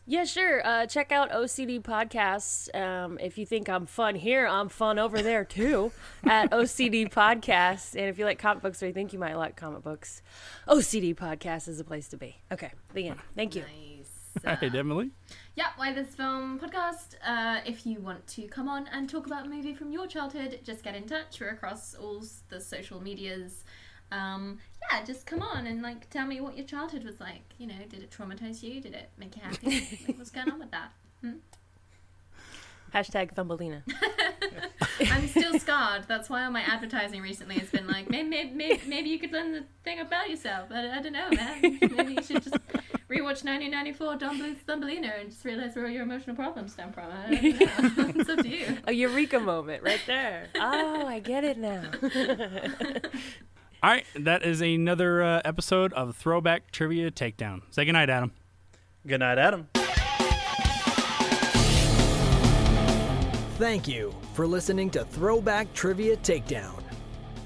Speaker 5: Yeah, sure. Uh, check out OCD Podcasts. Um, if you think I'm fun here, I'm fun over there too at OCD Podcasts. And if you like comic books or you think you might like comic books, OCD Podcasts is a place to be. Okay, the end. Thank you.
Speaker 3: All right, Emily.
Speaker 6: Yeah, Why This Film podcast. Uh, if you want to come on and talk about a movie from your childhood, just get in touch. We're across all s- the social medias. Um, yeah, just come on and like tell me what your childhood was like. You know, did it traumatize you? Did it make you happy? like, what's going on with that?
Speaker 5: Hashtag Thumbelina.
Speaker 6: I'm still scarred. That's why all my advertising recently has been like, maybe, maybe, maybe, maybe you could learn the thing about yourself. I, I don't know, man. Maybe you should just rewatch 1994 Don Bluth's Thumbelina and just realize where all your emotional problems stem from. I don't know. it's up to you.
Speaker 5: A eureka moment right there. Oh, I get it now.
Speaker 3: All right, that is another uh, episode of Throwback Trivia Takedown. Say goodnight, Adam.
Speaker 4: Good night, Adam.
Speaker 7: Thank you for listening to Throwback Trivia Takedown.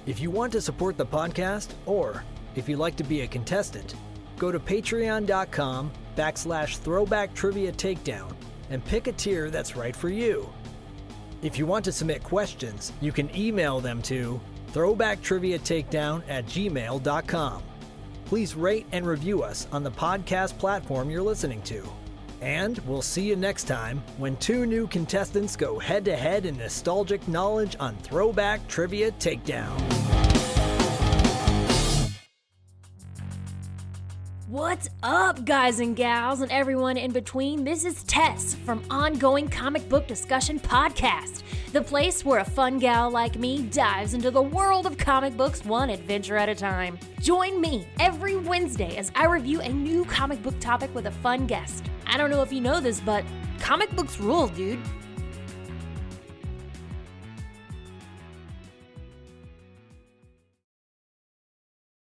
Speaker 7: If you want to support the podcast, or if you'd like to be a contestant, go to patreon.com backslash throwback trivia takedown and pick a tier that's right for you. If you want to submit questions, you can email them to throwbacktriviatakedown at gmail.com. Please rate and review us on the podcast platform you're listening to. And we'll see you next time when two new contestants go head to head in nostalgic knowledge on Throwback Trivia Takedown.
Speaker 5: What's up, guys and gals, and everyone in between? This is Tess from Ongoing Comic Book Discussion Podcast, the place where a fun gal like me dives into the world of comic books one adventure at a time. Join me every Wednesday as I review a new comic book topic with a fun guest. I don't know if you know this, but comic books rule, dude.